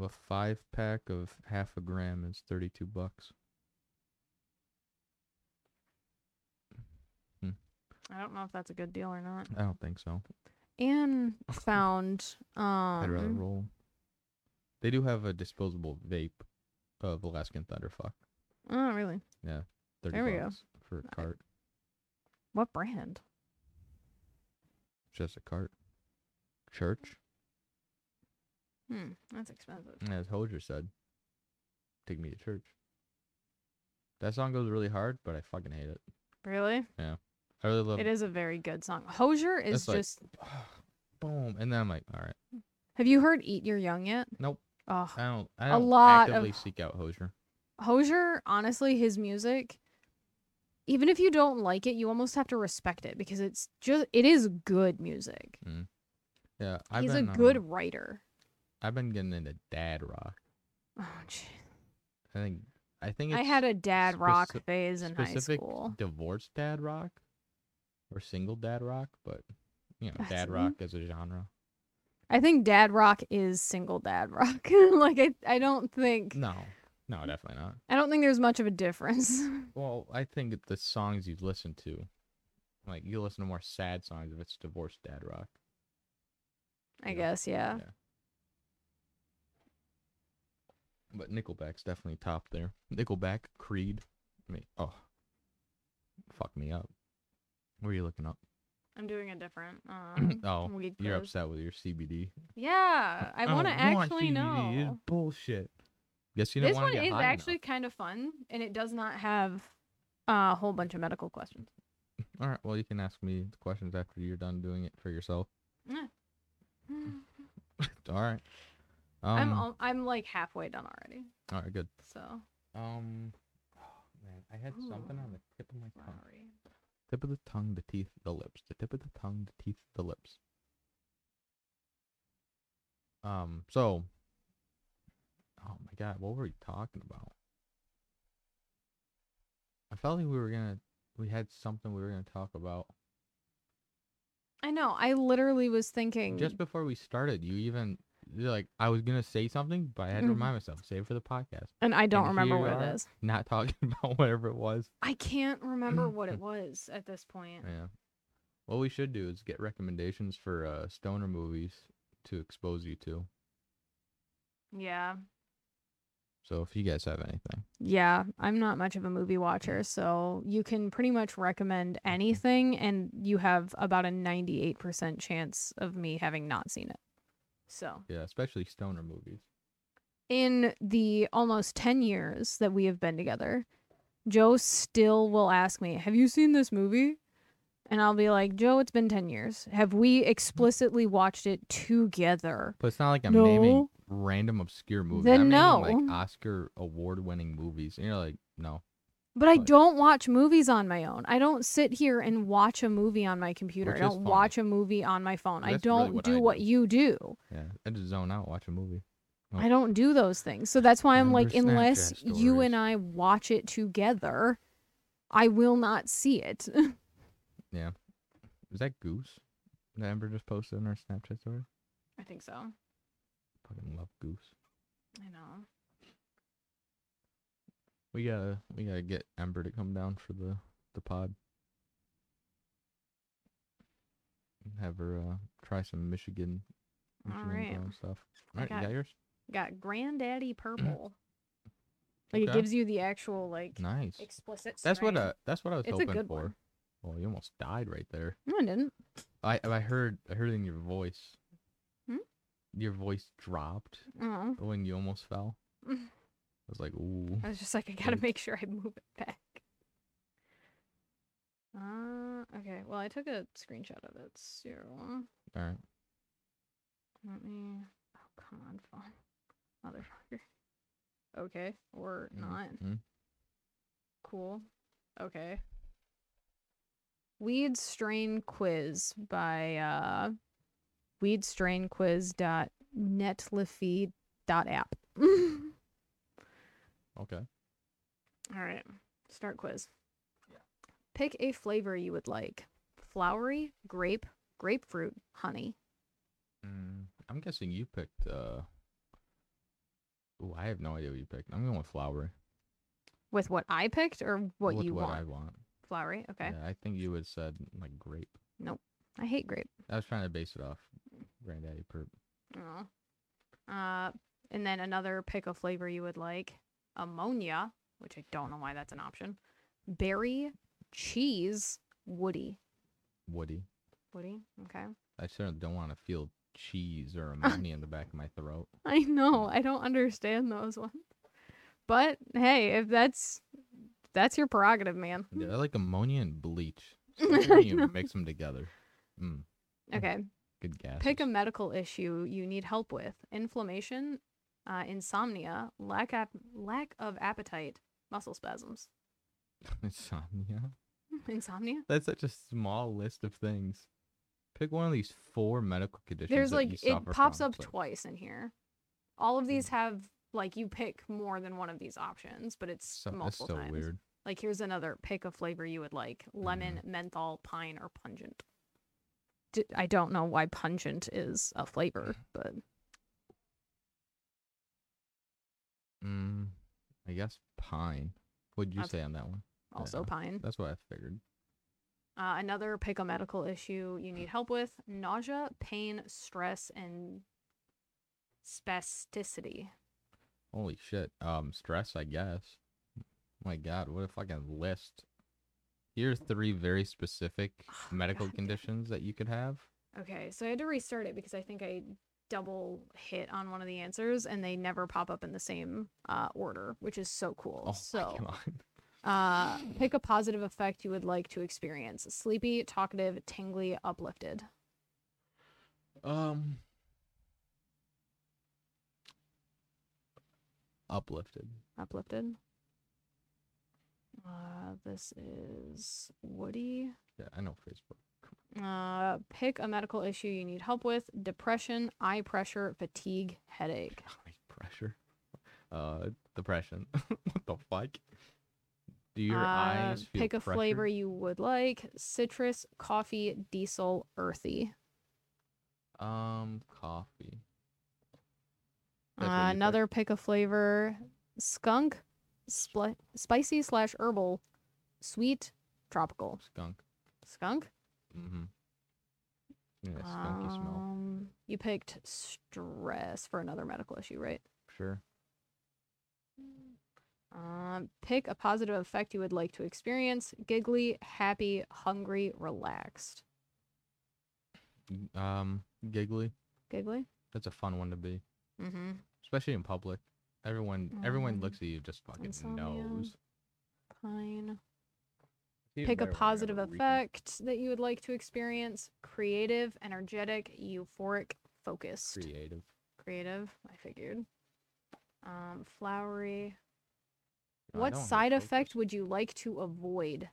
[SPEAKER 1] A five pack of half a gram is 32 bucks.
[SPEAKER 2] I don't know if that's a good deal or not.
[SPEAKER 1] I don't think so.
[SPEAKER 2] Anne found um
[SPEAKER 1] I'd rather roll. They do have a disposable vape of Alaskan Thunderfuck.
[SPEAKER 2] Oh, really?
[SPEAKER 1] 30
[SPEAKER 2] There we go.
[SPEAKER 1] bucks for a cart.
[SPEAKER 2] What brand?
[SPEAKER 1] Just a cart. Church,
[SPEAKER 2] Hmm, that's expensive.
[SPEAKER 1] as Hojer said, take me to church. That song goes really hard, but I fucking hate it.
[SPEAKER 2] Really?
[SPEAKER 1] I really love
[SPEAKER 2] It is a very good song. Hosier is
[SPEAKER 1] Um, That's like-
[SPEAKER 2] just
[SPEAKER 1] boom and then i'm like all right
[SPEAKER 2] Have you heard Eat Your Young yet?
[SPEAKER 1] Nope.
[SPEAKER 2] Oh,
[SPEAKER 1] i don't i
[SPEAKER 2] A
[SPEAKER 1] don't
[SPEAKER 2] lot of-
[SPEAKER 1] actively seek out hosier
[SPEAKER 2] Hosier, honestly, his music, even if you don't like it, you almost have to respect it because it's just it is good music.
[SPEAKER 1] yeah i've
[SPEAKER 2] He's
[SPEAKER 1] been
[SPEAKER 2] a good
[SPEAKER 1] um,
[SPEAKER 2] writer.
[SPEAKER 1] i've been getting into dad rock
[SPEAKER 2] Oh, gee.
[SPEAKER 1] i think i think it's
[SPEAKER 2] I had a dad rock
[SPEAKER 1] speci-
[SPEAKER 2] phase in high
[SPEAKER 1] specific
[SPEAKER 2] school.
[SPEAKER 1] divorced dad rock or single dad rock but you know
[SPEAKER 2] That's
[SPEAKER 1] dad
[SPEAKER 2] me.
[SPEAKER 1] rock as a genre
[SPEAKER 2] I think dad rock is single dad rock. like I, I don't think
[SPEAKER 1] no no
[SPEAKER 2] Mm.
[SPEAKER 1] definitely not
[SPEAKER 2] I don't think there's much of a difference.
[SPEAKER 1] well i think that the songs you listen to like you listen to more sad songs if it's divorced dad rock
[SPEAKER 2] I
[SPEAKER 1] Yeah.
[SPEAKER 2] guess, yeah.
[SPEAKER 1] but nickelback's definitely top there nickelback creed i mean oh fuck me up what are you looking up
[SPEAKER 2] I'm doing a different um
[SPEAKER 1] oh
[SPEAKER 2] weed
[SPEAKER 1] you're
[SPEAKER 2] quiz.
[SPEAKER 1] upset Oh, with your cbd
[SPEAKER 2] Yeah, I want to
[SPEAKER 1] don't want
[SPEAKER 2] actually
[SPEAKER 1] CBD, it's
[SPEAKER 2] know.
[SPEAKER 1] bullshit guess you didn't
[SPEAKER 2] This
[SPEAKER 1] want
[SPEAKER 2] one
[SPEAKER 1] to get
[SPEAKER 2] is
[SPEAKER 1] high
[SPEAKER 2] actually kind of fun, and it does not have uh, a whole bunch of medical questions.
[SPEAKER 1] enough. all right well you can ask me the questions after you're done doing it for yourself all right Hmm. um,
[SPEAKER 2] I'm al- I'm like halfway done already.
[SPEAKER 1] all right good
[SPEAKER 2] So
[SPEAKER 1] um oh, man i had something on the tip of my tongue
[SPEAKER 2] sorry.
[SPEAKER 1] Tip of the tongue, the teeth, the lips. The tip of the tongue, the teeth, the lips. Um, so Oh my god, what were we talking about? I felt like we were gonna we had something we were gonna talk about.
[SPEAKER 2] I know. I literally was thinking.
[SPEAKER 1] Just before we started, you even you're like I was gonna say something, but I had to
[SPEAKER 2] Mhm.
[SPEAKER 1] remind myself, save it for the podcast.
[SPEAKER 2] and I
[SPEAKER 1] and
[SPEAKER 2] don't remember
[SPEAKER 1] here
[SPEAKER 2] what
[SPEAKER 1] are-
[SPEAKER 2] it is.
[SPEAKER 1] Not talking about whatever it was.
[SPEAKER 2] I can't remember what it was at this point.
[SPEAKER 1] Yeah. What we should do is get recommendations for uh, stoner movies to expose you to.
[SPEAKER 2] Yeah.
[SPEAKER 1] So if you guys have anything,
[SPEAKER 2] Yeah, I'm not much of a movie watcher, so you can pretty much recommend
[SPEAKER 1] Mm-hmm.
[SPEAKER 2] anything, and you have about a 98% chance of me having not seen it. So,
[SPEAKER 1] yeah, especially stoner movies.
[SPEAKER 2] in the almost 10 years that we have been together, Joe still will ask me, Have you seen this movie? And I'll be like, Joe, it's been 10 years. Have we explicitly watched it together?
[SPEAKER 1] But it's not like I'm naming
[SPEAKER 2] No.
[SPEAKER 1] random obscure movies.
[SPEAKER 2] Then
[SPEAKER 1] I'm naming,
[SPEAKER 2] no.
[SPEAKER 1] like Oscar award winning movies, and you're like, no,
[SPEAKER 2] But I
[SPEAKER 1] Like-
[SPEAKER 2] don't watch movies on my own. I don't sit here and watch a movie on my computer. I
[SPEAKER 1] Which is
[SPEAKER 2] don't
[SPEAKER 1] fine.
[SPEAKER 2] watch a movie on my phone. I
[SPEAKER 1] That's really
[SPEAKER 2] don't
[SPEAKER 1] what
[SPEAKER 2] do
[SPEAKER 1] I
[SPEAKER 2] what
[SPEAKER 1] do. Oh.
[SPEAKER 2] you do.
[SPEAKER 1] yeah, I just zone out, watch a movie. Oh.
[SPEAKER 2] I don't do those things. So that's why I'm
[SPEAKER 1] Remember
[SPEAKER 2] like, unless
[SPEAKER 1] Snapchat
[SPEAKER 2] you
[SPEAKER 1] stories.
[SPEAKER 2] and I watch it together, I will not see it.
[SPEAKER 1] Is that Goose that Amber just posted in our Snapchat story?
[SPEAKER 2] I think so. I
[SPEAKER 1] Fucking love Goose.
[SPEAKER 2] know.
[SPEAKER 1] We gotta we gotta get Amber to come down for the the pod. And Have her uh, try some Michigan,
[SPEAKER 2] All
[SPEAKER 1] Michigan
[SPEAKER 2] right.
[SPEAKER 1] grown stuff. All
[SPEAKER 2] I
[SPEAKER 1] right, you
[SPEAKER 2] got-
[SPEAKER 1] got yours.
[SPEAKER 2] Got Granddaddy Purple. Like it
[SPEAKER 1] Mm. Okay.
[SPEAKER 2] gives you the actual like
[SPEAKER 1] Nice.
[SPEAKER 2] explicit.
[SPEAKER 1] That's what
[SPEAKER 2] strain.
[SPEAKER 1] uh that's what I was
[SPEAKER 2] It's a
[SPEAKER 1] hoping
[SPEAKER 2] good
[SPEAKER 1] for.
[SPEAKER 2] one.
[SPEAKER 1] Well, you almost died right there.
[SPEAKER 2] No, I didn't.
[SPEAKER 1] I I heard I heard in your voice.
[SPEAKER 2] Hmm?
[SPEAKER 1] Your voice dropped
[SPEAKER 2] Oh,
[SPEAKER 1] when you almost fell. I
[SPEAKER 2] Mm.
[SPEAKER 1] was like, ooh.
[SPEAKER 2] I was just like, I gotta
[SPEAKER 1] Oops.
[SPEAKER 2] make sure I move it back. Uh, okay. Well, I took a screenshot of it. So
[SPEAKER 1] All right.
[SPEAKER 2] let me. Oh, come on, phone, motherfucker. Okay, or not.
[SPEAKER 1] Mm.
[SPEAKER 2] Cool. Okay. Weed Strain Quiz by uh weedstrainquiz.netlify.app. All
[SPEAKER 1] Okay.
[SPEAKER 2] right. Start quiz. Pick a flavor you would like. Flowery, grape, grapefruit, honey.
[SPEAKER 1] Mm, I'm guessing you picked. uh Ooh, I have no idea what you picked. I'm going with flowery.
[SPEAKER 2] With what I picked or what
[SPEAKER 1] with
[SPEAKER 2] you
[SPEAKER 1] what
[SPEAKER 2] want?
[SPEAKER 1] I want.
[SPEAKER 2] Flowery. Okay.
[SPEAKER 1] Yeah, I think you would said like grape.
[SPEAKER 2] I hate grape.
[SPEAKER 1] I was trying to base it off Granddaddy Perp.
[SPEAKER 2] Oh. Uh, and then another pick a flavor you would like ammonia, which I don't know why that's an option. Berry, cheese, woody.
[SPEAKER 1] Woody.
[SPEAKER 2] Woody? Okay.
[SPEAKER 1] I certainly don't want to feel cheese or ammonia in the back of my throat.
[SPEAKER 2] I know. I don't understand those ones. But hey, if that's that's your prerogative, man.
[SPEAKER 1] Yeah, I like ammonia and bleach. So
[SPEAKER 2] Hmm. I
[SPEAKER 1] when you mix them together. Mm,
[SPEAKER 2] Okay.
[SPEAKER 1] good gas.
[SPEAKER 2] Pick a medical issue you need help with. Inflammation, uh, insomnia, lack of, lack of appetite, muscle spasms.
[SPEAKER 1] insomnia.
[SPEAKER 2] Insomnia?
[SPEAKER 1] That's such a small list of things. Pick one of these four medical conditions.
[SPEAKER 2] There's
[SPEAKER 1] that
[SPEAKER 2] like
[SPEAKER 1] you
[SPEAKER 2] it
[SPEAKER 1] suffer
[SPEAKER 2] pops
[SPEAKER 1] from.
[SPEAKER 2] up
[SPEAKER 1] It's like-
[SPEAKER 2] twice in here. All of
[SPEAKER 1] Hmm.
[SPEAKER 2] these have like you pick more than one of these options, but it's
[SPEAKER 1] So, that's
[SPEAKER 2] multiple
[SPEAKER 1] so
[SPEAKER 2] times.
[SPEAKER 1] weird. Mm.
[SPEAKER 2] Like here's another pick a flavor you would like: lemon, menthol, pine, or pungent. D- I don't know why pungent is a flavor, but
[SPEAKER 1] Mm, I guess pine. What'd you
[SPEAKER 2] That's-
[SPEAKER 1] say on that one?
[SPEAKER 2] also
[SPEAKER 1] Yeah.
[SPEAKER 2] pine.
[SPEAKER 1] That's what I figured.
[SPEAKER 2] Uh, another pick a medical issue you need help with: nausea, pain, stress, and spasticity.
[SPEAKER 1] Holy shit. Um, stress, I guess. My God, what a fucking list. Here are three very specific
[SPEAKER 2] Oh,
[SPEAKER 1] medical
[SPEAKER 2] God damn it.
[SPEAKER 1] conditions that you could have.
[SPEAKER 2] Okay, so I had to restart it because I think I double hit on one of the answers and they never pop up in the same uh, order, which is so cool.
[SPEAKER 1] Oh,
[SPEAKER 2] so,
[SPEAKER 1] come on.
[SPEAKER 2] uh, pick a positive effect you would like to experience sleepy, talkative, tingly, uplifted.
[SPEAKER 1] Um, uplifted.
[SPEAKER 2] Uplifted. Uh, this is Woody.
[SPEAKER 1] Yeah, I know Facebook.
[SPEAKER 2] Uh, pick a medical issue you need help with depression, eye pressure, fatigue, headache.
[SPEAKER 1] High pressure. Uh, depression. what the fuck? Do your
[SPEAKER 2] Uh,
[SPEAKER 1] eyes feel
[SPEAKER 2] pick a
[SPEAKER 1] pressure?
[SPEAKER 2] flavor you would like citrus coffee diesel earthy
[SPEAKER 1] Um, coffee. That's what
[SPEAKER 2] uh,
[SPEAKER 1] you picked?
[SPEAKER 2] another pick a flavor skunk spli- spicy slash herbal sweet tropical
[SPEAKER 1] skunk.
[SPEAKER 2] skunk
[SPEAKER 1] Mm-hmm. Yeah, skunky smell.
[SPEAKER 2] Um, you picked stress for another medical issue right
[SPEAKER 1] Sure.
[SPEAKER 2] um, pick a positive effect you would like to experience giggly happy hungry relaxed
[SPEAKER 1] G- Um, giggly.
[SPEAKER 2] giggly
[SPEAKER 1] That's a fun one to be,
[SPEAKER 2] mm-hmm
[SPEAKER 1] especially in public. Everyone, everyone
[SPEAKER 2] Um,
[SPEAKER 1] looks at you just fucking
[SPEAKER 2] insomnia.
[SPEAKER 1] knows.
[SPEAKER 2] fine
[SPEAKER 1] Even
[SPEAKER 2] Pick a
[SPEAKER 1] better when I
[SPEAKER 2] positive
[SPEAKER 1] have reason.
[SPEAKER 2] effect that you would like to experience. Creative, energetic, euphoric, focused.
[SPEAKER 1] Creative.
[SPEAKER 2] Creative, I figured. Um, flowery.
[SPEAKER 1] No, I
[SPEAKER 2] what
[SPEAKER 1] don't hate
[SPEAKER 2] side
[SPEAKER 1] focus.
[SPEAKER 2] effect would you like to avoid?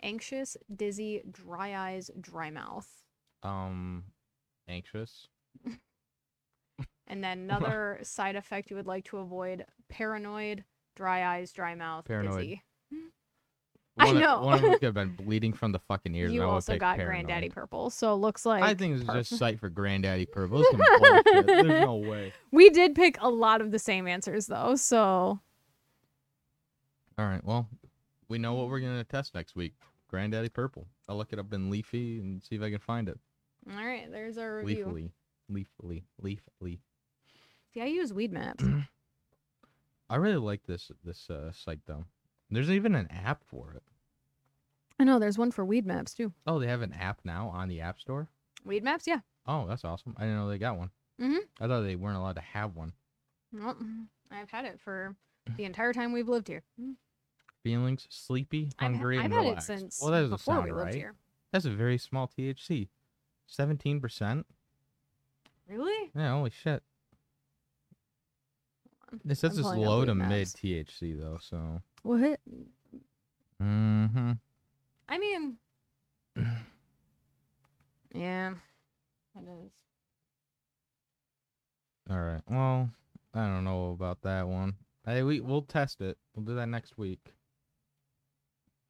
[SPEAKER 2] Anxious, dizzy, dry eyes, dry mouth.
[SPEAKER 1] Um, anxious.
[SPEAKER 2] And then another side effect you would like to avoid paranoid, dry eyes, dry mouth,
[SPEAKER 1] Paranoid.
[SPEAKER 2] dizzy. I
[SPEAKER 1] One of-
[SPEAKER 2] know.
[SPEAKER 1] one of them could have been bleeding from the fucking ears. and
[SPEAKER 2] you
[SPEAKER 1] I would
[SPEAKER 2] also
[SPEAKER 1] pick
[SPEAKER 2] got
[SPEAKER 1] paranoid.
[SPEAKER 2] granddaddy purple, so it looks like
[SPEAKER 1] I think it's
[SPEAKER 2] perf.
[SPEAKER 1] just sight for granddaddy purple. This is some bullshit. There's no way.
[SPEAKER 2] we did pick a lot of the same answers though, so
[SPEAKER 1] All right. Well, we know what we're gonna test next week. Granddaddy purple. I'll look it up in Leafy and see if I can find it.
[SPEAKER 2] All right, there's our review.
[SPEAKER 1] Leafly, leafly, leafly.
[SPEAKER 2] See, I use Weed Maps.
[SPEAKER 1] I really like this this uh, site though. There's even an app for it.
[SPEAKER 2] I know there's one for weed maps too.
[SPEAKER 1] Oh, they have an app now on the App Store.
[SPEAKER 2] Weed maps, yeah.
[SPEAKER 1] Oh, that's awesome. I didn't know they got one.
[SPEAKER 2] Mhm.
[SPEAKER 1] I thought they weren't allowed to have one.
[SPEAKER 2] Well, mm-hmm. I've had it for the entire time we've lived here. Mm.
[SPEAKER 1] Feelings sleepy,
[SPEAKER 2] I've,
[SPEAKER 1] hungry,
[SPEAKER 2] I've
[SPEAKER 1] and
[SPEAKER 2] had it
[SPEAKER 1] relaxed.
[SPEAKER 2] since
[SPEAKER 1] well, that doesn't
[SPEAKER 2] before
[SPEAKER 1] sound
[SPEAKER 2] we lived
[SPEAKER 1] right.
[SPEAKER 2] here.
[SPEAKER 1] That's a very small THC, seventeen percent.
[SPEAKER 2] Really?
[SPEAKER 1] Yeah, holy shit. It
[SPEAKER 2] I'm
[SPEAKER 1] says it's
[SPEAKER 2] pulling up
[SPEAKER 1] low
[SPEAKER 2] weed
[SPEAKER 1] to mid
[SPEAKER 2] maps.
[SPEAKER 1] THC though, so.
[SPEAKER 2] What?
[SPEAKER 1] Mm-hmm.
[SPEAKER 2] I mean, yeah, it is.
[SPEAKER 1] All right. Well, I don't know about that one. Hey, we we'll test it. We'll do that next week.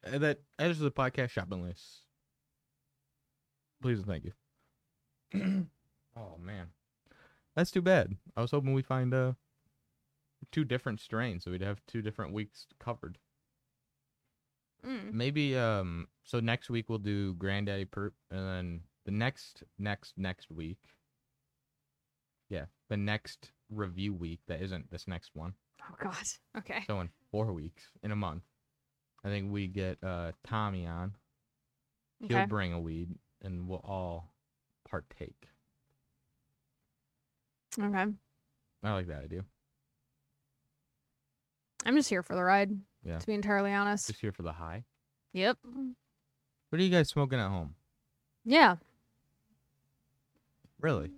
[SPEAKER 1] Uh, That that is the podcast shopping list. Please and thank you. oh man, that's too bad. I was hoping we find uh two different strains, so we'd have two different weeks covered.
[SPEAKER 2] Mm.
[SPEAKER 1] Maybe um. So next week we'll do Granddaddy Perp, and then the next next next week. Yeah, the next review week that isn't this next one.
[SPEAKER 2] Oh God. Okay.
[SPEAKER 1] So in four weeks, in a month, I think we get uh Tommy on. He'll
[SPEAKER 2] Okay.
[SPEAKER 1] bring a weed, and we'll all partake.
[SPEAKER 2] Okay.
[SPEAKER 1] I like that idea.
[SPEAKER 2] I'm just here for the ride.
[SPEAKER 1] Yeah.
[SPEAKER 2] To be entirely honest.
[SPEAKER 1] Just here for the high.
[SPEAKER 2] Yep.
[SPEAKER 1] What are you guys smoking at home?
[SPEAKER 2] Yeah.
[SPEAKER 1] Really?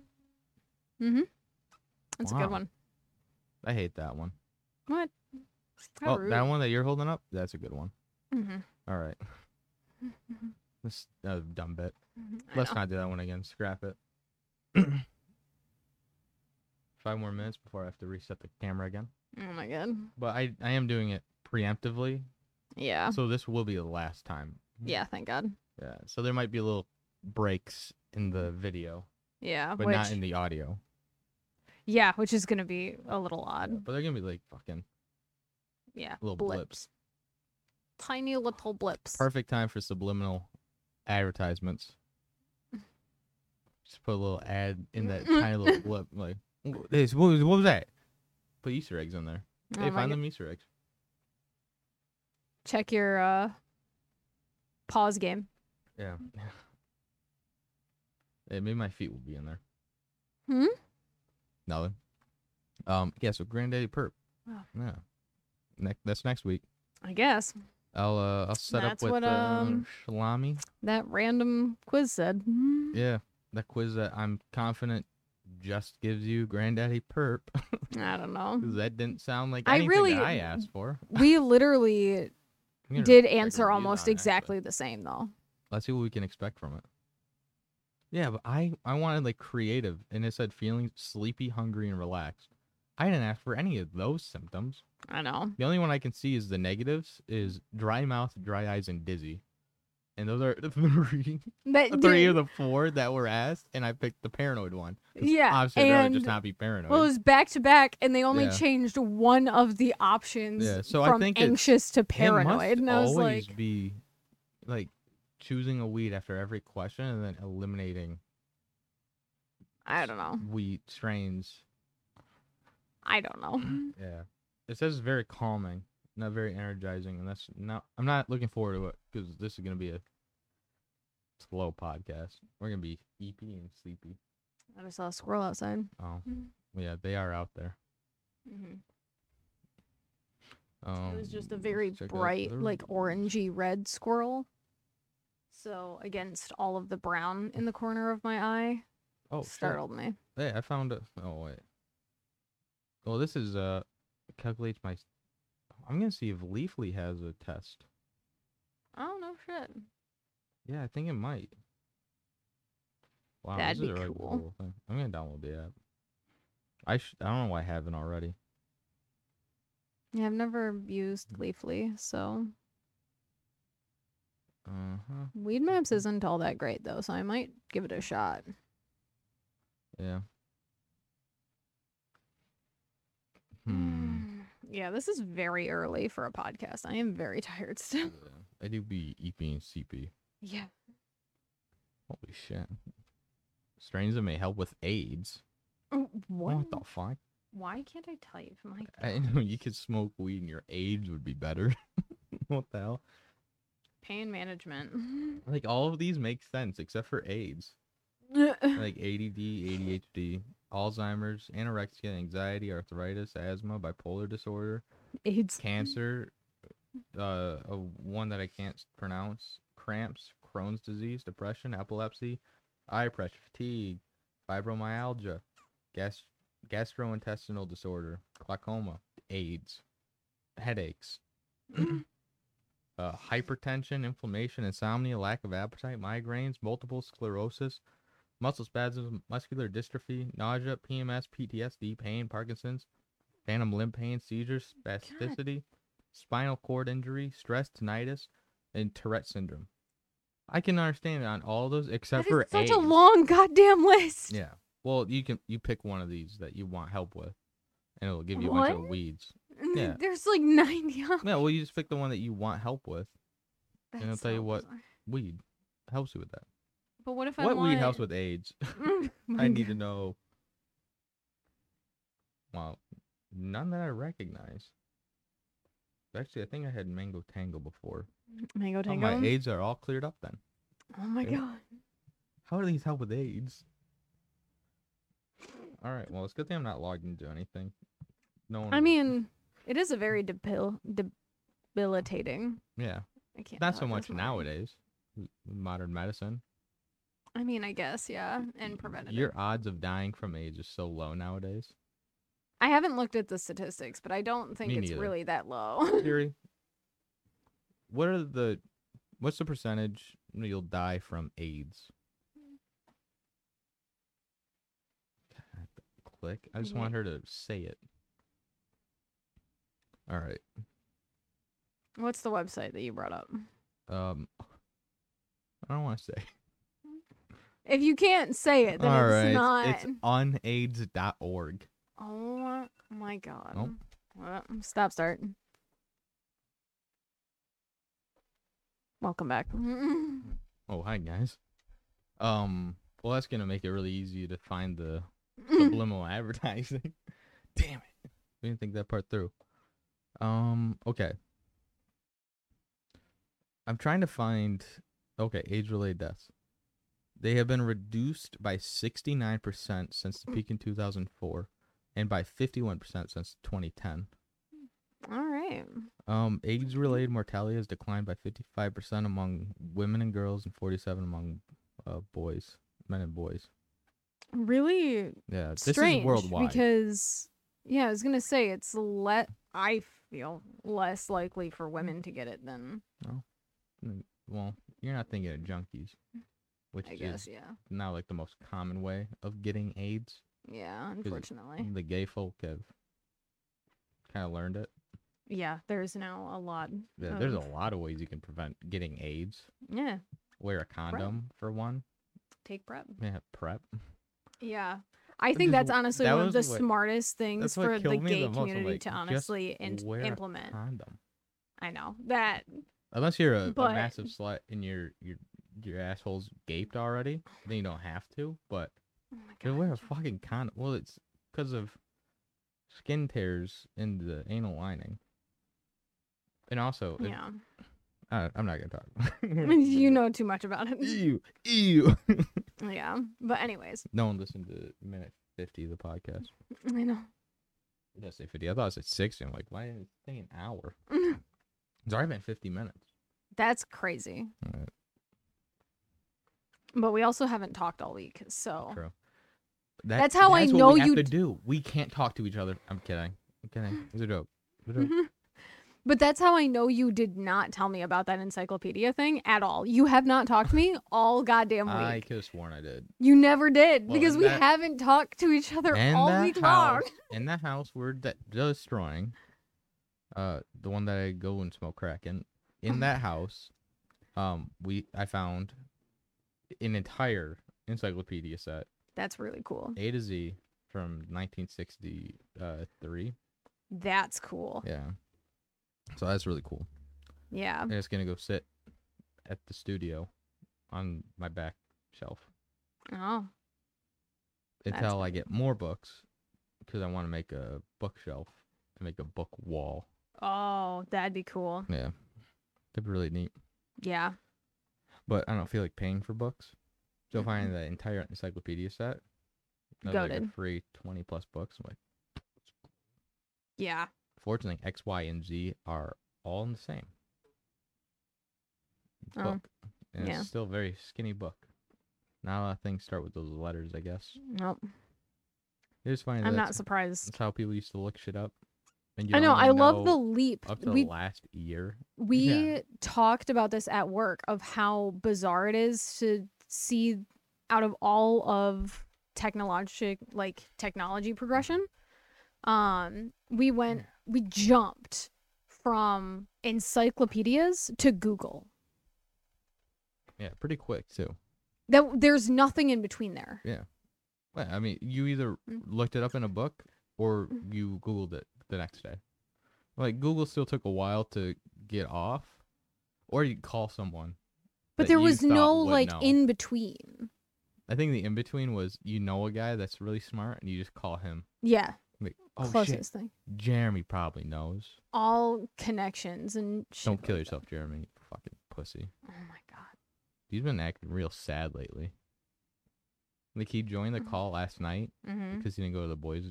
[SPEAKER 2] That's a
[SPEAKER 1] Wow.
[SPEAKER 2] good one.
[SPEAKER 1] I hate that one.
[SPEAKER 2] What?
[SPEAKER 1] oh, that one that you're holding up? That's a good one.
[SPEAKER 2] Mm-hmm.
[SPEAKER 1] All right. This uh, dumb bit.
[SPEAKER 2] Mm-hmm. Oh.
[SPEAKER 1] Let's not do that one again. Scrap it. Five more minutes before I have to reset the camera again.
[SPEAKER 2] Oh my God.
[SPEAKER 1] But I, I am doing it preemptively,
[SPEAKER 2] Yeah.
[SPEAKER 1] so this will be the last time.
[SPEAKER 2] Oh. Yeah. Thank God.
[SPEAKER 1] Yeah. So there might be little breaks in the video,
[SPEAKER 2] Yeah.
[SPEAKER 1] but
[SPEAKER 2] which,
[SPEAKER 1] not in the audio.
[SPEAKER 2] yeah, which is gonna be a little odd.
[SPEAKER 1] But they're gonna be like fucking
[SPEAKER 2] Yeah.
[SPEAKER 1] little blips.
[SPEAKER 2] Tiny little blips.
[SPEAKER 1] perfect time for subliminal advertisements. Just put a little ad in that tiny little blip, like "Wh- this. What was, what was that? Put Easter eggs in there.
[SPEAKER 2] Oh
[SPEAKER 1] hey,
[SPEAKER 2] my
[SPEAKER 1] find
[SPEAKER 2] God.
[SPEAKER 1] them Easter eggs.
[SPEAKER 2] Check your uh pause game.
[SPEAKER 1] Yeah. hey, maybe my feet will be in there.
[SPEAKER 2] Hmm?
[SPEAKER 1] Nothing. Um. Yeah. So Granddaddy Perp.
[SPEAKER 2] Wow.
[SPEAKER 1] Yeah. Next. That's next week.
[SPEAKER 2] I guess
[SPEAKER 1] I'll uh I'll set
[SPEAKER 2] That's
[SPEAKER 1] up with
[SPEAKER 2] what, um,
[SPEAKER 1] uh, Shalami.
[SPEAKER 2] that random quiz said. Mm.
[SPEAKER 1] Yeah, that quiz that I'm confident just gives you Granddaddy Perp.
[SPEAKER 2] I don't know.
[SPEAKER 1] 'Cause that didn't sound like
[SPEAKER 2] I
[SPEAKER 1] anything
[SPEAKER 2] really-
[SPEAKER 1] that I asked for.
[SPEAKER 2] We literally
[SPEAKER 1] I'm gonna
[SPEAKER 2] did
[SPEAKER 1] check
[SPEAKER 2] answer
[SPEAKER 1] reviews
[SPEAKER 2] almost
[SPEAKER 1] on it, actually.
[SPEAKER 2] exactly the same though.
[SPEAKER 1] Let's see what we can expect from it. Yeah, but I I wanted like creative, and it said feeling sleepy, hungry, and relaxed. I didn't ask for any of those symptoms.
[SPEAKER 2] I know.
[SPEAKER 1] The only one I can see is the negatives is dry mouth, dry eyes, and dizzy. And those are the three,
[SPEAKER 2] But
[SPEAKER 1] three
[SPEAKER 2] dude,
[SPEAKER 1] of the four that were asked, and I picked the paranoid one. 'cause
[SPEAKER 2] Yeah,
[SPEAKER 1] obviously that would
[SPEAKER 2] and-
[SPEAKER 1] just not be paranoid.
[SPEAKER 2] well, it was back to back, and they only
[SPEAKER 1] Yeah.
[SPEAKER 2] changed one of the options
[SPEAKER 1] Yeah, so I
[SPEAKER 2] from
[SPEAKER 1] think it's-
[SPEAKER 2] anxious to
[SPEAKER 1] It
[SPEAKER 2] paranoid.
[SPEAKER 1] must
[SPEAKER 2] And I was like,
[SPEAKER 1] always be like choosing a weed after every question and then eliminating
[SPEAKER 2] I don't know.
[SPEAKER 1] weed strains.
[SPEAKER 2] I don't know.
[SPEAKER 1] Yeah, it says it's very calming, not very energizing, and that's not. I'm not looking forward to it because this is gonna be a slow podcast. We're gonna be eepy and sleepy.
[SPEAKER 2] I just saw a squirrel outside.
[SPEAKER 1] Oh,
[SPEAKER 2] Mm.
[SPEAKER 1] yeah, they are out there.
[SPEAKER 2] Mm-hmm.
[SPEAKER 1] Um,
[SPEAKER 2] It was just a
[SPEAKER 1] let's
[SPEAKER 2] very
[SPEAKER 1] check out
[SPEAKER 2] bright,
[SPEAKER 1] the
[SPEAKER 2] like
[SPEAKER 1] reviews.
[SPEAKER 2] orangey red squirrel. So against all of the brown in the corner of my eye,
[SPEAKER 1] Oh, shit.
[SPEAKER 2] startled me.
[SPEAKER 1] Hey, I found a. Oh wait. Well, this is uh calculates my. s- I'm gonna see if Leafly has a test.
[SPEAKER 2] Oh no shit.
[SPEAKER 1] Yeah, I think it might. Wow,
[SPEAKER 2] That'd
[SPEAKER 1] this
[SPEAKER 2] be
[SPEAKER 1] is a really
[SPEAKER 2] cool.
[SPEAKER 1] cool thing. I'm gonna download the app. I sh- I don't know why I haven't already.
[SPEAKER 2] Yeah, I've never used Leafly, so
[SPEAKER 1] Uh huh.
[SPEAKER 2] Weed Maps isn't all that great though, so I might give it a shot.
[SPEAKER 1] Yeah. Hmm.
[SPEAKER 2] Yeah, this is very early for a podcast. I am very tired
[SPEAKER 1] yeah.
[SPEAKER 2] still.
[SPEAKER 1] I do be EP and CP.
[SPEAKER 2] Yeah.
[SPEAKER 1] Holy shit. Strains that may help with AIDS.
[SPEAKER 2] Oh, What?
[SPEAKER 1] What the fuck?
[SPEAKER 2] Why can't I type? My
[SPEAKER 1] I know you could smoke weed and your age would be better. what the hell?
[SPEAKER 2] pain management.
[SPEAKER 1] Like all of these make sense except for AIDS. Like ADD, ADHD, Alzheimer's, anorexia, anxiety, arthritis, asthma, bipolar disorder,
[SPEAKER 2] AIDS.
[SPEAKER 1] cancer, uh, a one that I can't s- pronounce, cramps, Crohn's disease, depression, epilepsy, eye pressure, fatigue, fibromyalgia, gas- gastrointestinal disorder, glaucoma, AIDS, headaches, uh, hypertension, inflammation, insomnia, lack of appetite, migraines, multiple sclerosis, muscle spasms, muscular dystrophy, nausea, PMS, PTSD, pain, Parkinson's, phantom limb pain, seizures, spasticity, spinal cord injury, stress, tinnitus, and Tourette syndrome. I can understand on all those
[SPEAKER 2] That
[SPEAKER 1] except
[SPEAKER 2] is
[SPEAKER 1] for
[SPEAKER 2] such
[SPEAKER 1] AIDS.
[SPEAKER 2] a long goddamn list.
[SPEAKER 1] Yeah. Well, you can you pick one of these that you want help with, and it'll give you a bunch of
[SPEAKER 2] What?
[SPEAKER 1] weeds.
[SPEAKER 2] And
[SPEAKER 1] yeah.
[SPEAKER 2] There's like 90 on
[SPEAKER 1] Yeah. Well, you just pick the one that you want help with.
[SPEAKER 2] That's
[SPEAKER 1] I'll tell you
[SPEAKER 2] so
[SPEAKER 1] what-
[SPEAKER 2] bizarre.
[SPEAKER 1] Weed helps you with that.
[SPEAKER 2] But what if I
[SPEAKER 1] what
[SPEAKER 2] want...
[SPEAKER 1] weed helps with AIDS?
[SPEAKER 2] My
[SPEAKER 1] I need
[SPEAKER 2] God.
[SPEAKER 1] to know. Well, none that I recognize. Actually, I think I had mango tango before.
[SPEAKER 2] Mango
[SPEAKER 1] Oh,
[SPEAKER 2] Tango?
[SPEAKER 1] my AIDS are all cleared up then.
[SPEAKER 2] oh my
[SPEAKER 1] yeah.
[SPEAKER 2] god.
[SPEAKER 1] How do these help with AIDS? All right. Well, it's a good thing I'm not logged into anything. No one.
[SPEAKER 2] I
[SPEAKER 1] will-
[SPEAKER 2] mean, it is a very debil- debilitating.
[SPEAKER 1] yeah.
[SPEAKER 2] I can't
[SPEAKER 1] Not
[SPEAKER 2] talk
[SPEAKER 1] so
[SPEAKER 2] this
[SPEAKER 1] much
[SPEAKER 2] morning.
[SPEAKER 1] nowadays. with Modern medicine.
[SPEAKER 2] I mean, I guess, yeah, and preventative.
[SPEAKER 1] Your odds of dying from AIDS is so low nowadays.
[SPEAKER 2] I haven't looked at the statistics, but I don't think
[SPEAKER 1] Me
[SPEAKER 2] it's
[SPEAKER 1] neither.
[SPEAKER 2] really that low.
[SPEAKER 1] Theory. What are the what's the percentage you'll die from AIDS? God, Click. I just want her to say it. All right.
[SPEAKER 2] What's the website that you brought up?
[SPEAKER 1] Um I don't want to say.
[SPEAKER 2] If you can't say it, then
[SPEAKER 1] All
[SPEAKER 2] it's
[SPEAKER 1] right.
[SPEAKER 2] not.
[SPEAKER 1] It's unaids.org.
[SPEAKER 2] Oh my god. Well, stop start. Welcome back.
[SPEAKER 1] Oh, hi guys. Um, well, that's gonna make it really easy to find the subliminal advertising. Damn it, we didn't think that part through. Um, okay. I'm trying to find. Okay, age-related deaths. They have been reduced by 69% since the peak in 2004, and by 51% since 2010.
[SPEAKER 2] All right.
[SPEAKER 1] Um, AIDS-related mortality has declined by 55% among women and girls, and 47 among uh, boys, men and boys.
[SPEAKER 2] Really
[SPEAKER 1] Yeah, this
[SPEAKER 2] strange
[SPEAKER 1] is worldwide.
[SPEAKER 2] because yeah, I was gonna say it's let I feel less likely for women to get it than
[SPEAKER 1] well, you're not thinking of junkies, which
[SPEAKER 2] I guess
[SPEAKER 1] is
[SPEAKER 2] yeah
[SPEAKER 1] now like the most common way of getting AIDS.
[SPEAKER 2] yeah unfortunately
[SPEAKER 1] The gay folk have kind of learned it.
[SPEAKER 2] yeah there's now a lot
[SPEAKER 1] Yeah, There's a
[SPEAKER 2] of-
[SPEAKER 1] lot of ways you can prevent getting AIDS.
[SPEAKER 2] yeah
[SPEAKER 1] Wear a condom for one.
[SPEAKER 2] take prep
[SPEAKER 1] Yeah, prep.
[SPEAKER 2] yeah I
[SPEAKER 1] That
[SPEAKER 2] think
[SPEAKER 1] is
[SPEAKER 2] that's
[SPEAKER 1] wh-
[SPEAKER 2] honestly
[SPEAKER 1] that
[SPEAKER 2] one of the
[SPEAKER 1] was what-
[SPEAKER 2] smartest things
[SPEAKER 1] that's what
[SPEAKER 2] for the
[SPEAKER 1] killed me
[SPEAKER 2] gay
[SPEAKER 1] the most. I'm
[SPEAKER 2] community
[SPEAKER 1] like,
[SPEAKER 2] to
[SPEAKER 1] just
[SPEAKER 2] honestly in-
[SPEAKER 1] wear a
[SPEAKER 2] implement
[SPEAKER 1] Condom.
[SPEAKER 2] I know that
[SPEAKER 1] Unless you're a,
[SPEAKER 2] But-
[SPEAKER 1] a massive slut and your your your asshole's gaped already, then you don't have to. But
[SPEAKER 2] oh my
[SPEAKER 1] Dude,
[SPEAKER 2] God,
[SPEAKER 1] wear a
[SPEAKER 2] Joe.
[SPEAKER 1] fucking condom. Well, it's because of skin tears in the anal lining. And also, if-
[SPEAKER 2] yeah
[SPEAKER 1] I, I'm not gonna talk.
[SPEAKER 2] you know too much about it
[SPEAKER 1] ew, ew.
[SPEAKER 2] yeah but anyways
[SPEAKER 1] no one listened to minute fifty of the podcast.
[SPEAKER 2] I know
[SPEAKER 1] I didn't say fifty. I thought I said sixty. I'm like, why did it say an hour? It's already been fifty minutes.
[SPEAKER 2] That's crazy.
[SPEAKER 1] Alright.
[SPEAKER 2] But we also haven't talked all week, so
[SPEAKER 1] True.
[SPEAKER 2] That's how I
[SPEAKER 1] what
[SPEAKER 2] know
[SPEAKER 1] we
[SPEAKER 2] you
[SPEAKER 1] Have to
[SPEAKER 2] d-
[SPEAKER 1] do. We can't talk to each other. I'm kidding. I'm kidding. It's a joke. It's a joke.
[SPEAKER 2] but that's how I know you did not tell me about that encyclopedia thing at all. You have not talked to me all goddamn week.
[SPEAKER 1] I could have sworn I did.
[SPEAKER 2] You never did
[SPEAKER 1] Well,
[SPEAKER 2] because
[SPEAKER 1] and
[SPEAKER 2] we
[SPEAKER 1] that-
[SPEAKER 2] haven't talked to each other
[SPEAKER 1] and
[SPEAKER 2] all
[SPEAKER 1] that
[SPEAKER 2] week long.
[SPEAKER 1] house, In that house we're de- destroying, uh, the one that I go and smoke crack in.
[SPEAKER 2] Mm-hmm.
[SPEAKER 1] In that house, um, we I found an entire encyclopedia set,
[SPEAKER 2] That's really cool.
[SPEAKER 1] A to Z, from 1963.
[SPEAKER 2] That's cool.
[SPEAKER 1] Yeah. So that's really cool.
[SPEAKER 2] Yeah.
[SPEAKER 1] And it's gonna go sit at the studio on my back shelf
[SPEAKER 2] Oh, That's
[SPEAKER 1] until I
[SPEAKER 2] cool.
[SPEAKER 1] get more books because I want to make a bookshelf and make a book wall.
[SPEAKER 2] Oh, that'd be cool.
[SPEAKER 1] Yeah, that'd be really neat.
[SPEAKER 2] Yeah.
[SPEAKER 1] But I don't feel like paying for books, so finding the entire encyclopedia set, that was like a
[SPEAKER 2] Goated.
[SPEAKER 1] free twenty plus books. I'm like,
[SPEAKER 2] Yeah.
[SPEAKER 1] fortunately, X, Y, and Z are all in the same
[SPEAKER 2] Oh,
[SPEAKER 1] book, and
[SPEAKER 2] yeah.
[SPEAKER 1] it's still a very skinny book. Not a lot of things start with those letters, I guess.
[SPEAKER 2] Nope.
[SPEAKER 1] It is funny. that
[SPEAKER 2] I'm
[SPEAKER 1] that's-
[SPEAKER 2] not surprised.
[SPEAKER 1] That's how people used to look shit up. And you
[SPEAKER 2] I
[SPEAKER 1] don't
[SPEAKER 2] know. I
[SPEAKER 1] really
[SPEAKER 2] love the
[SPEAKER 1] know
[SPEAKER 2] leap.
[SPEAKER 1] up to
[SPEAKER 2] We
[SPEAKER 1] the last year.
[SPEAKER 2] we
[SPEAKER 1] Yeah.
[SPEAKER 2] talked about this at work of how bizarre it is to see out of all of technologic like technology progression um we went
[SPEAKER 1] Yeah.
[SPEAKER 2] we jumped from encyclopedias to google
[SPEAKER 1] Yeah, pretty quick too.
[SPEAKER 2] that there's nothing in between there
[SPEAKER 1] Well, I mean, you either
[SPEAKER 2] Mm.
[SPEAKER 1] looked it up in a book or
[SPEAKER 2] Mm.
[SPEAKER 1] you Googled it the next day. Like Google still took a while to get off, or you call someone.
[SPEAKER 2] but
[SPEAKER 1] that
[SPEAKER 2] there
[SPEAKER 1] you
[SPEAKER 2] was
[SPEAKER 1] thought
[SPEAKER 2] no
[SPEAKER 1] would
[SPEAKER 2] like
[SPEAKER 1] know.
[SPEAKER 2] in between
[SPEAKER 1] I think the in between was you know a guy that's really smart and you just call him.
[SPEAKER 2] yeah
[SPEAKER 1] Like, oh shit,
[SPEAKER 2] closest thing
[SPEAKER 1] Jeremy probably knows.
[SPEAKER 2] all connections and shit
[SPEAKER 1] Don't kill
[SPEAKER 2] like
[SPEAKER 1] yourself, Jeremy. You fucking pussy.
[SPEAKER 2] that. oh my god
[SPEAKER 1] He's been acting real sad lately. Like he joined the
[SPEAKER 2] Mhm.
[SPEAKER 1] call last night
[SPEAKER 2] mm-hmm.
[SPEAKER 1] because he didn't go to the boys'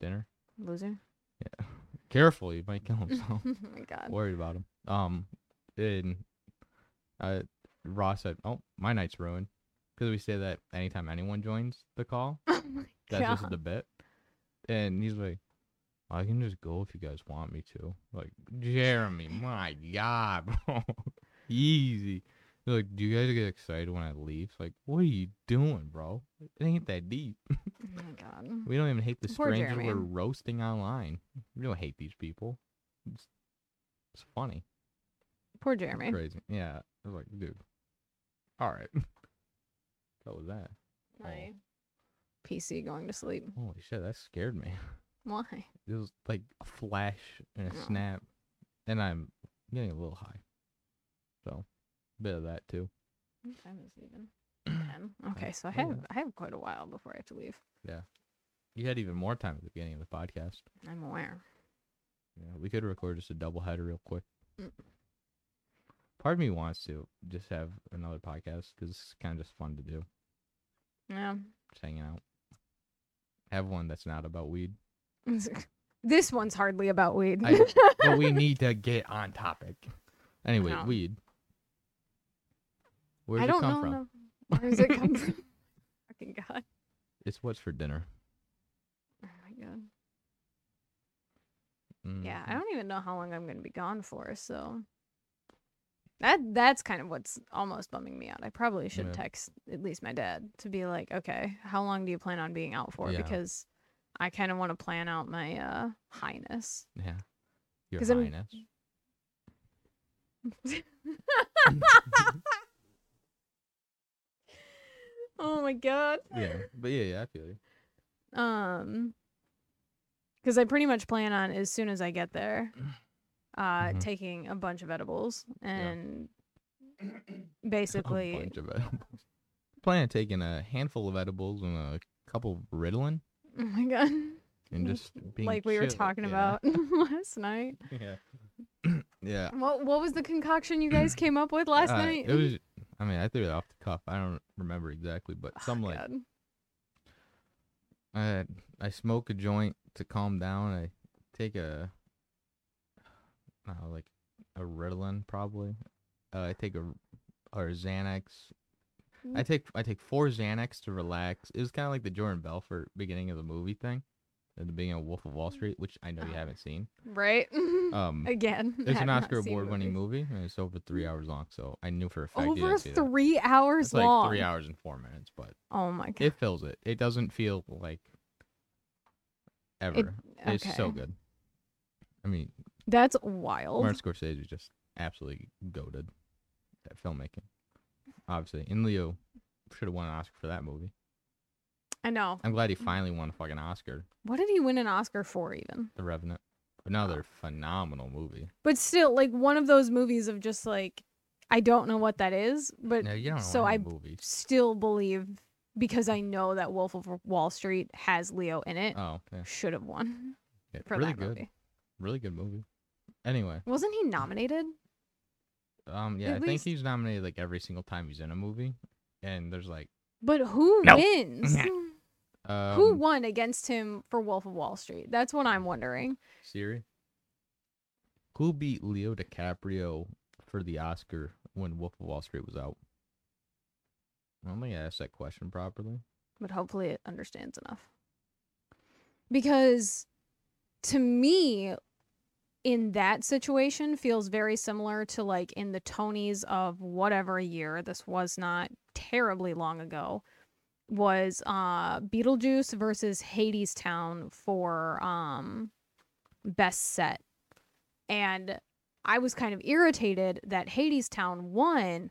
[SPEAKER 1] dinner.
[SPEAKER 2] loser
[SPEAKER 1] Yeah. Careful, he might kill himself.
[SPEAKER 2] oh my god
[SPEAKER 1] Worried about him. Um, and uh, Ross said, "Oh, my night's ruined," because we say that anytime anyone joins the call,
[SPEAKER 2] oh my
[SPEAKER 1] that's
[SPEAKER 2] god
[SPEAKER 1] just the bit. And he's like, "I can just go if you guys want me to." Like Jeremy, my God, bro, easy. They're like, "Do you guys get excited when I leave?" It's like, what are you doing, bro? It ain't that deep.
[SPEAKER 2] Oh my god.
[SPEAKER 1] We don't even hate the
[SPEAKER 2] Poor
[SPEAKER 1] strangers
[SPEAKER 2] Jeremy.
[SPEAKER 1] we're roasting online. We don't hate these people. It's, it's funny.
[SPEAKER 2] Poor
[SPEAKER 1] It's
[SPEAKER 2] Jeremy.
[SPEAKER 1] Crazy. Yeah. I was like, dude. All right. What was that?
[SPEAKER 2] My PC going to sleep.
[SPEAKER 1] Holy shit, that scared me.
[SPEAKER 2] Why?
[SPEAKER 1] It was like a flash and a
[SPEAKER 2] Oh.
[SPEAKER 1] snap. And I'm getting a little high. So bit of that too.
[SPEAKER 2] What time is it even? Ten. Okay, so I
[SPEAKER 1] yeah.
[SPEAKER 2] have I have quite a while before I have to leave.
[SPEAKER 1] You had even more time at the beginning of the podcast.
[SPEAKER 2] I'm aware.
[SPEAKER 1] Yeah, we could record just a double header real quick.
[SPEAKER 2] Mm.
[SPEAKER 1] Part of me wants to just have another podcast because it's kind of just fun to do,
[SPEAKER 2] Yeah.
[SPEAKER 1] just hanging out. Have one that's not about weed.
[SPEAKER 2] this one's hardly about weed.
[SPEAKER 1] I- but we need to get on topic. Anyway,
[SPEAKER 2] No.
[SPEAKER 1] weed. Where does
[SPEAKER 2] I don't
[SPEAKER 1] it come
[SPEAKER 2] know.
[SPEAKER 1] from?
[SPEAKER 2] no- Where does it come from? Fucking god.
[SPEAKER 1] It's what's for dinner.
[SPEAKER 2] Oh my god.
[SPEAKER 1] Mm,
[SPEAKER 2] Yeah, I don't even know how long I'm gonna be gone for, so that that's kind of what's almost bumming me out. I probably should
[SPEAKER 1] Yeah.
[SPEAKER 2] text at least my dad to be like, okay, how long do you plan on being out for?
[SPEAKER 1] Yeah.
[SPEAKER 2] Because I kind of want to plan out my uh highness.
[SPEAKER 1] Yeah. Your
[SPEAKER 2] 'Cause I'm-
[SPEAKER 1] highness.
[SPEAKER 2] Oh my god.
[SPEAKER 1] yeah. But yeah, yeah, I feel you.
[SPEAKER 2] Um, because I pretty much plan on as soon as I get there, uh,
[SPEAKER 1] Mhm.
[SPEAKER 2] taking a bunch of edibles and basically
[SPEAKER 1] A bunch of edibles. Plan on taking a handful of edibles and a couple of Ritalin
[SPEAKER 2] Oh my god.
[SPEAKER 1] and
[SPEAKER 2] Mm,
[SPEAKER 1] just being
[SPEAKER 2] like we were
[SPEAKER 1] chill.
[SPEAKER 2] talking
[SPEAKER 1] Yeah, Uh,
[SPEAKER 2] about last night.
[SPEAKER 1] Yeah. yeah.
[SPEAKER 2] What what was the concoction you guys came up with last
[SPEAKER 1] Uh,
[SPEAKER 2] night?
[SPEAKER 1] It was I mean, I threw it off the cuff. I don't remember exactly, but
[SPEAKER 2] Oh
[SPEAKER 1] some
[SPEAKER 2] my
[SPEAKER 1] like
[SPEAKER 2] God.
[SPEAKER 1] I I smoke a joint to calm down. I take a I don't know, like a Ritalin probably. Uh, I take a or Xanax. I
[SPEAKER 2] Mm.
[SPEAKER 1] take I take four Xanax to relax. It was kind of like the Jordan Belfort beginning of the movie thing, at the beginning of Wolf of Wall Street, which I know you
[SPEAKER 2] Oh.
[SPEAKER 1] haven't seen.
[SPEAKER 2] right
[SPEAKER 1] Um,
[SPEAKER 2] again.
[SPEAKER 1] it's
[SPEAKER 2] I
[SPEAKER 1] an
[SPEAKER 2] have not
[SPEAKER 1] Oscar
[SPEAKER 2] seen
[SPEAKER 1] award winning
[SPEAKER 2] movies.
[SPEAKER 1] movie, and it's over three hours long. So I knew for a fact you
[SPEAKER 2] Over
[SPEAKER 1] didn't see that.
[SPEAKER 2] three hours
[SPEAKER 1] It's
[SPEAKER 2] long.
[SPEAKER 1] like three hours and four minutes, but
[SPEAKER 2] Oh my god!
[SPEAKER 1] it fills it. It doesn't feel like ever. It's so
[SPEAKER 2] okay.
[SPEAKER 1] good. I mean,
[SPEAKER 2] That's wild.
[SPEAKER 1] Martin Scorsese is just absolutely goaded at filmmaking. Obviously, and Leo should have won an Oscar for that movie.
[SPEAKER 2] I know.
[SPEAKER 1] I'm glad he finally won a fucking Oscar.
[SPEAKER 2] What did he win an Oscar for even?
[SPEAKER 1] The Revenant, another phenomenal movie.
[SPEAKER 2] But still, like one of those movies of just like I don't know what that is, but
[SPEAKER 1] No, you don't know
[SPEAKER 2] so
[SPEAKER 1] any
[SPEAKER 2] I
[SPEAKER 1] movies.
[SPEAKER 2] still believe because I know that Wolf of Wall Street has Leo in it.
[SPEAKER 1] Oh, yeah.
[SPEAKER 2] Should have won
[SPEAKER 1] Yeah,
[SPEAKER 2] for
[SPEAKER 1] really
[SPEAKER 2] that
[SPEAKER 1] good.
[SPEAKER 2] movie.
[SPEAKER 1] Really good movie. Anyway,
[SPEAKER 2] Wasn't he nominated?
[SPEAKER 1] um, yeah,
[SPEAKER 2] At
[SPEAKER 1] I think
[SPEAKER 2] least-
[SPEAKER 1] he's nominated like every single time he's in a movie, and there's like,
[SPEAKER 2] But who
[SPEAKER 1] No.
[SPEAKER 2] wins?
[SPEAKER 1] um,
[SPEAKER 2] who won against him for Wolf of Wall Street? That's what I'm wondering.
[SPEAKER 1] Siri. Who beat Leo DiCaprio for the Oscar when Wolf of Wall Street was out? I don't think I asked that question properly.
[SPEAKER 2] But hopefully it understands enough. Because to me, in that situation, feels very similar to like in the Tonys of whatever year, this was not terribly long ago, was uh Beetlejuice versus Hades Town for um best set. And I was kind of irritated that Hades Town won.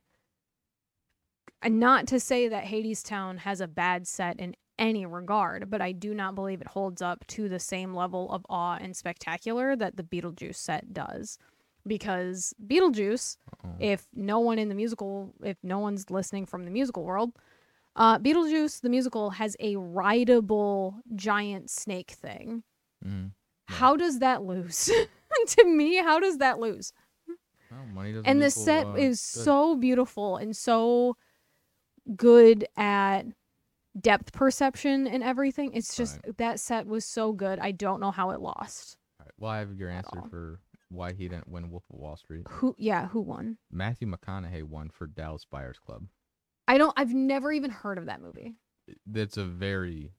[SPEAKER 2] And not to say that Hades Town has a bad set in any regard, but I do not believe it holds up to the same level of awe and spectacular that the Beetlejuice set does. Because Beetlejuice,
[SPEAKER 1] Oh.
[SPEAKER 2] if no one in the musical, if no one's listening from the musical world, uh, Beetlejuice, the musical, has a rideable giant snake thing.
[SPEAKER 1] Mm. Yeah.
[SPEAKER 2] How does that lose? to me, how does that lose?
[SPEAKER 1] Well, money doesn't
[SPEAKER 2] and the
[SPEAKER 1] equal,
[SPEAKER 2] set
[SPEAKER 1] uh,
[SPEAKER 2] is
[SPEAKER 1] good.
[SPEAKER 2] so beautiful and so good at depth perception and everything. It's just that set was so good. I don't know how it lost.
[SPEAKER 1] Alright, Well, I have your answer
[SPEAKER 2] all.
[SPEAKER 1] for why he didn't win Wolf of Wall Street.
[SPEAKER 2] Who yeah, who won?
[SPEAKER 1] Matthew McConaughey won for Dallas Buyers Club.
[SPEAKER 2] I don't I've never even heard of that movie.
[SPEAKER 1] That's a very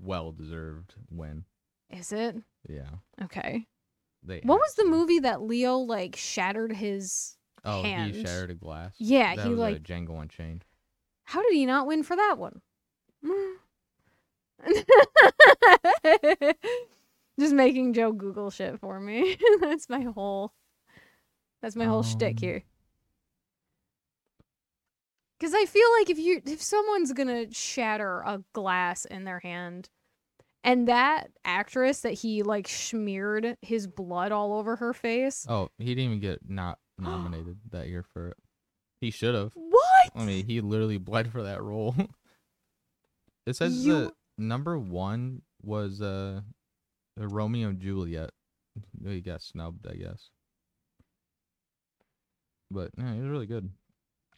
[SPEAKER 1] well deserved win.
[SPEAKER 2] Is it?
[SPEAKER 1] Yeah.
[SPEAKER 2] Okay.
[SPEAKER 1] They
[SPEAKER 2] What was the
[SPEAKER 1] absolutely-
[SPEAKER 2] movie that Leo like shattered his
[SPEAKER 1] Oh, he
[SPEAKER 2] hand?
[SPEAKER 1] shattered a glass.
[SPEAKER 2] Yeah,
[SPEAKER 1] That
[SPEAKER 2] he,
[SPEAKER 1] was, uh,
[SPEAKER 2] like-
[SPEAKER 1] Django Unchained.
[SPEAKER 2] How did he not win for that one? Just making Joe Google shit for me. that's my whole. That's my whole shtick
[SPEAKER 1] Um,
[SPEAKER 2] here. Because I feel like if you if someone's gonna shatter a glass in their hand, and that actress that he like smeared his blood all over her face.
[SPEAKER 1] Oh, he didn't even get not nominated that year for it. He should have.
[SPEAKER 2] What?
[SPEAKER 1] I mean, he literally bled for that role. it says
[SPEAKER 2] You-
[SPEAKER 1] that number one was uh, the Romeo and Juliet. He got snubbed, I guess. But no, he was really good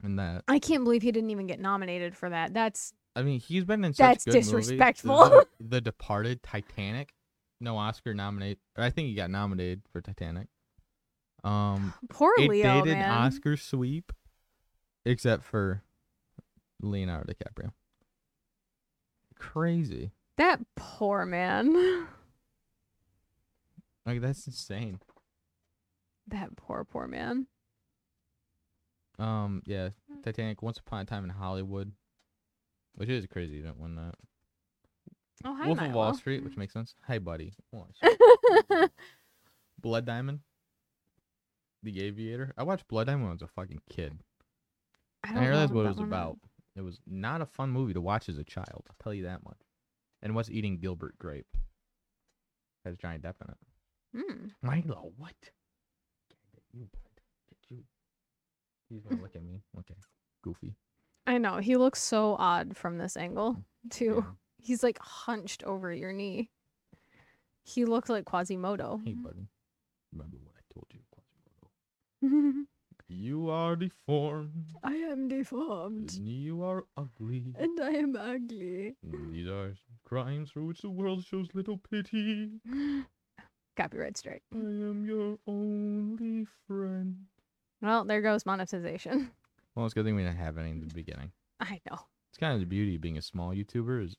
[SPEAKER 1] in that.
[SPEAKER 2] I can't believe he didn't even get nominated for that. That's
[SPEAKER 1] I mean, he's been in such
[SPEAKER 2] That's
[SPEAKER 1] good movies.
[SPEAKER 2] disrespectful.
[SPEAKER 1] The, The Departed, Titanic, no Oscar nominate. or I think he got nominated for Titanic. Um,
[SPEAKER 2] poor
[SPEAKER 1] it
[SPEAKER 2] Leo,
[SPEAKER 1] did
[SPEAKER 2] man.
[SPEAKER 1] an Oscar sweep, except for Leonardo DiCaprio. Crazy,
[SPEAKER 2] That poor man.
[SPEAKER 1] like that's insane.
[SPEAKER 2] That poor, poor man.
[SPEAKER 1] Um, yeah,
[SPEAKER 2] Hmm.
[SPEAKER 1] Titanic. Once upon a time in Hollywood, which is crazy. You didn't win that. uh,
[SPEAKER 2] Oh, hi,
[SPEAKER 1] Wolf of Wall
[SPEAKER 2] Milo.
[SPEAKER 1] Street, which makes sense. Hey, buddy. Come on. Blood Diamond. The Aviator. I watched Blood Diamond when I was a fucking kid.
[SPEAKER 2] I,
[SPEAKER 1] And
[SPEAKER 2] don't
[SPEAKER 1] I realized
[SPEAKER 2] know
[SPEAKER 1] what
[SPEAKER 2] that
[SPEAKER 1] it was
[SPEAKER 2] one.
[SPEAKER 1] about. It was not a fun movie to watch as a child. I'll tell you that much. And what's eating Gilbert Grape? Has Johnny Depp in it.
[SPEAKER 2] Hmm.
[SPEAKER 1] Milo, what? Get you, bud. Get you. He's gonna look at me. Okay. Goofy.
[SPEAKER 2] I know. He looks so odd from this angle, too.
[SPEAKER 1] Yeah.
[SPEAKER 2] He's like hunched over your knee. He looked like Quasimodo.
[SPEAKER 1] Hey, buddy. Remember what I told you, Quasimodo. You are deformed.
[SPEAKER 2] I am deformed
[SPEAKER 1] And you are ugly.
[SPEAKER 2] and I am ugly.
[SPEAKER 1] And These are some crimes for which the world shows little pity.
[SPEAKER 2] Copyright strike.
[SPEAKER 1] I am your only friend.
[SPEAKER 2] Well, there goes monetization.
[SPEAKER 1] Well, it's a good thing we didn't have any in the beginning.
[SPEAKER 2] I know.
[SPEAKER 1] It's kind of the beauty of being a small YouTuber is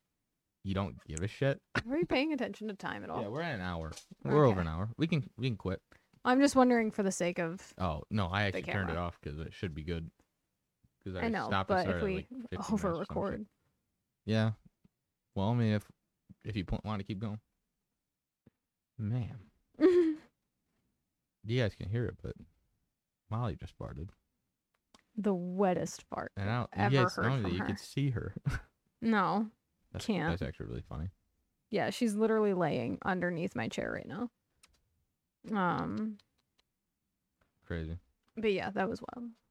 [SPEAKER 1] you don't give a shit.
[SPEAKER 2] Are you paying attention to time at all?
[SPEAKER 1] Yeah, we're at an hour. We're over
[SPEAKER 2] Okay.
[SPEAKER 1] an hour. We can we can quit.
[SPEAKER 2] I'm just wondering for the sake of
[SPEAKER 1] Oh no, I actually turned it
[SPEAKER 2] camera.
[SPEAKER 1] off because it should be good. Because
[SPEAKER 2] I know,
[SPEAKER 1] stopped
[SPEAKER 2] but
[SPEAKER 1] us
[SPEAKER 2] if we
[SPEAKER 1] like
[SPEAKER 2] over record.
[SPEAKER 1] Yeah. Well, I mean, if if you want to keep going, man,
[SPEAKER 2] the
[SPEAKER 1] you guys can hear it, but Molly just farted.
[SPEAKER 2] wettest fart
[SPEAKER 1] And I
[SPEAKER 2] I've
[SPEAKER 1] don't,
[SPEAKER 2] ever
[SPEAKER 1] yeah,
[SPEAKER 2] heard
[SPEAKER 1] it's not only
[SPEAKER 2] from
[SPEAKER 1] that you
[SPEAKER 2] her.
[SPEAKER 1] could see her.
[SPEAKER 2] No.
[SPEAKER 1] That's,
[SPEAKER 2] Can't.
[SPEAKER 1] That's actually really funny.
[SPEAKER 2] Yeah, she's literally laying underneath my chair right now. Um,
[SPEAKER 1] Crazy.
[SPEAKER 2] but yeah, that was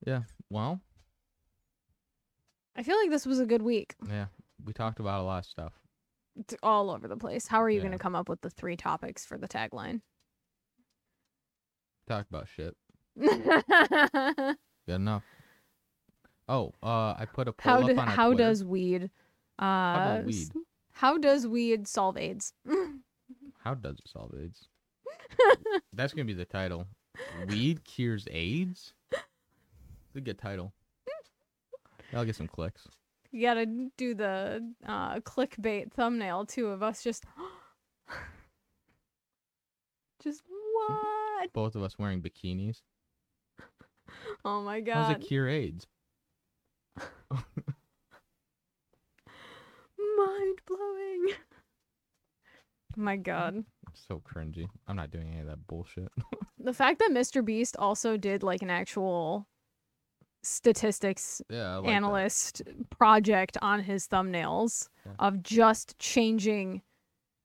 [SPEAKER 2] wild.
[SPEAKER 1] Well,
[SPEAKER 2] I feel like this was a good week.
[SPEAKER 1] yeah. we talked about a lot of stuff.
[SPEAKER 2] It's all over the place. How are you
[SPEAKER 1] Yeah.
[SPEAKER 2] going to come up with the three topics for the tagline?
[SPEAKER 1] Talked about shit. Good enough. Oh, uh, I put a poll
[SPEAKER 2] how
[SPEAKER 1] up
[SPEAKER 2] do,
[SPEAKER 1] on our
[SPEAKER 2] how
[SPEAKER 1] Twitter.
[SPEAKER 2] does weed uh
[SPEAKER 1] about weed?
[SPEAKER 2] s- how does weed solve AIDS?
[SPEAKER 1] How does it solve AIDS? That's gonna be the title. Weed cures AIDS. It's a good title. That'll get some clicks.
[SPEAKER 2] you got to do the uh clickbait thumbnail too of us just just what?
[SPEAKER 1] Both of us wearing bikinis.
[SPEAKER 2] Oh my
[SPEAKER 1] How does
[SPEAKER 2] god.
[SPEAKER 1] it cure AIDS?
[SPEAKER 2] Mind blowing. my god.
[SPEAKER 1] It's so cringy. I'm not doing any of that bullshit.
[SPEAKER 2] The fact that Mr. Beast also did like an actual statistics
[SPEAKER 1] yeah, I like that.
[SPEAKER 2] analyst project on his thumbnails
[SPEAKER 1] Yeah.
[SPEAKER 2] of just changing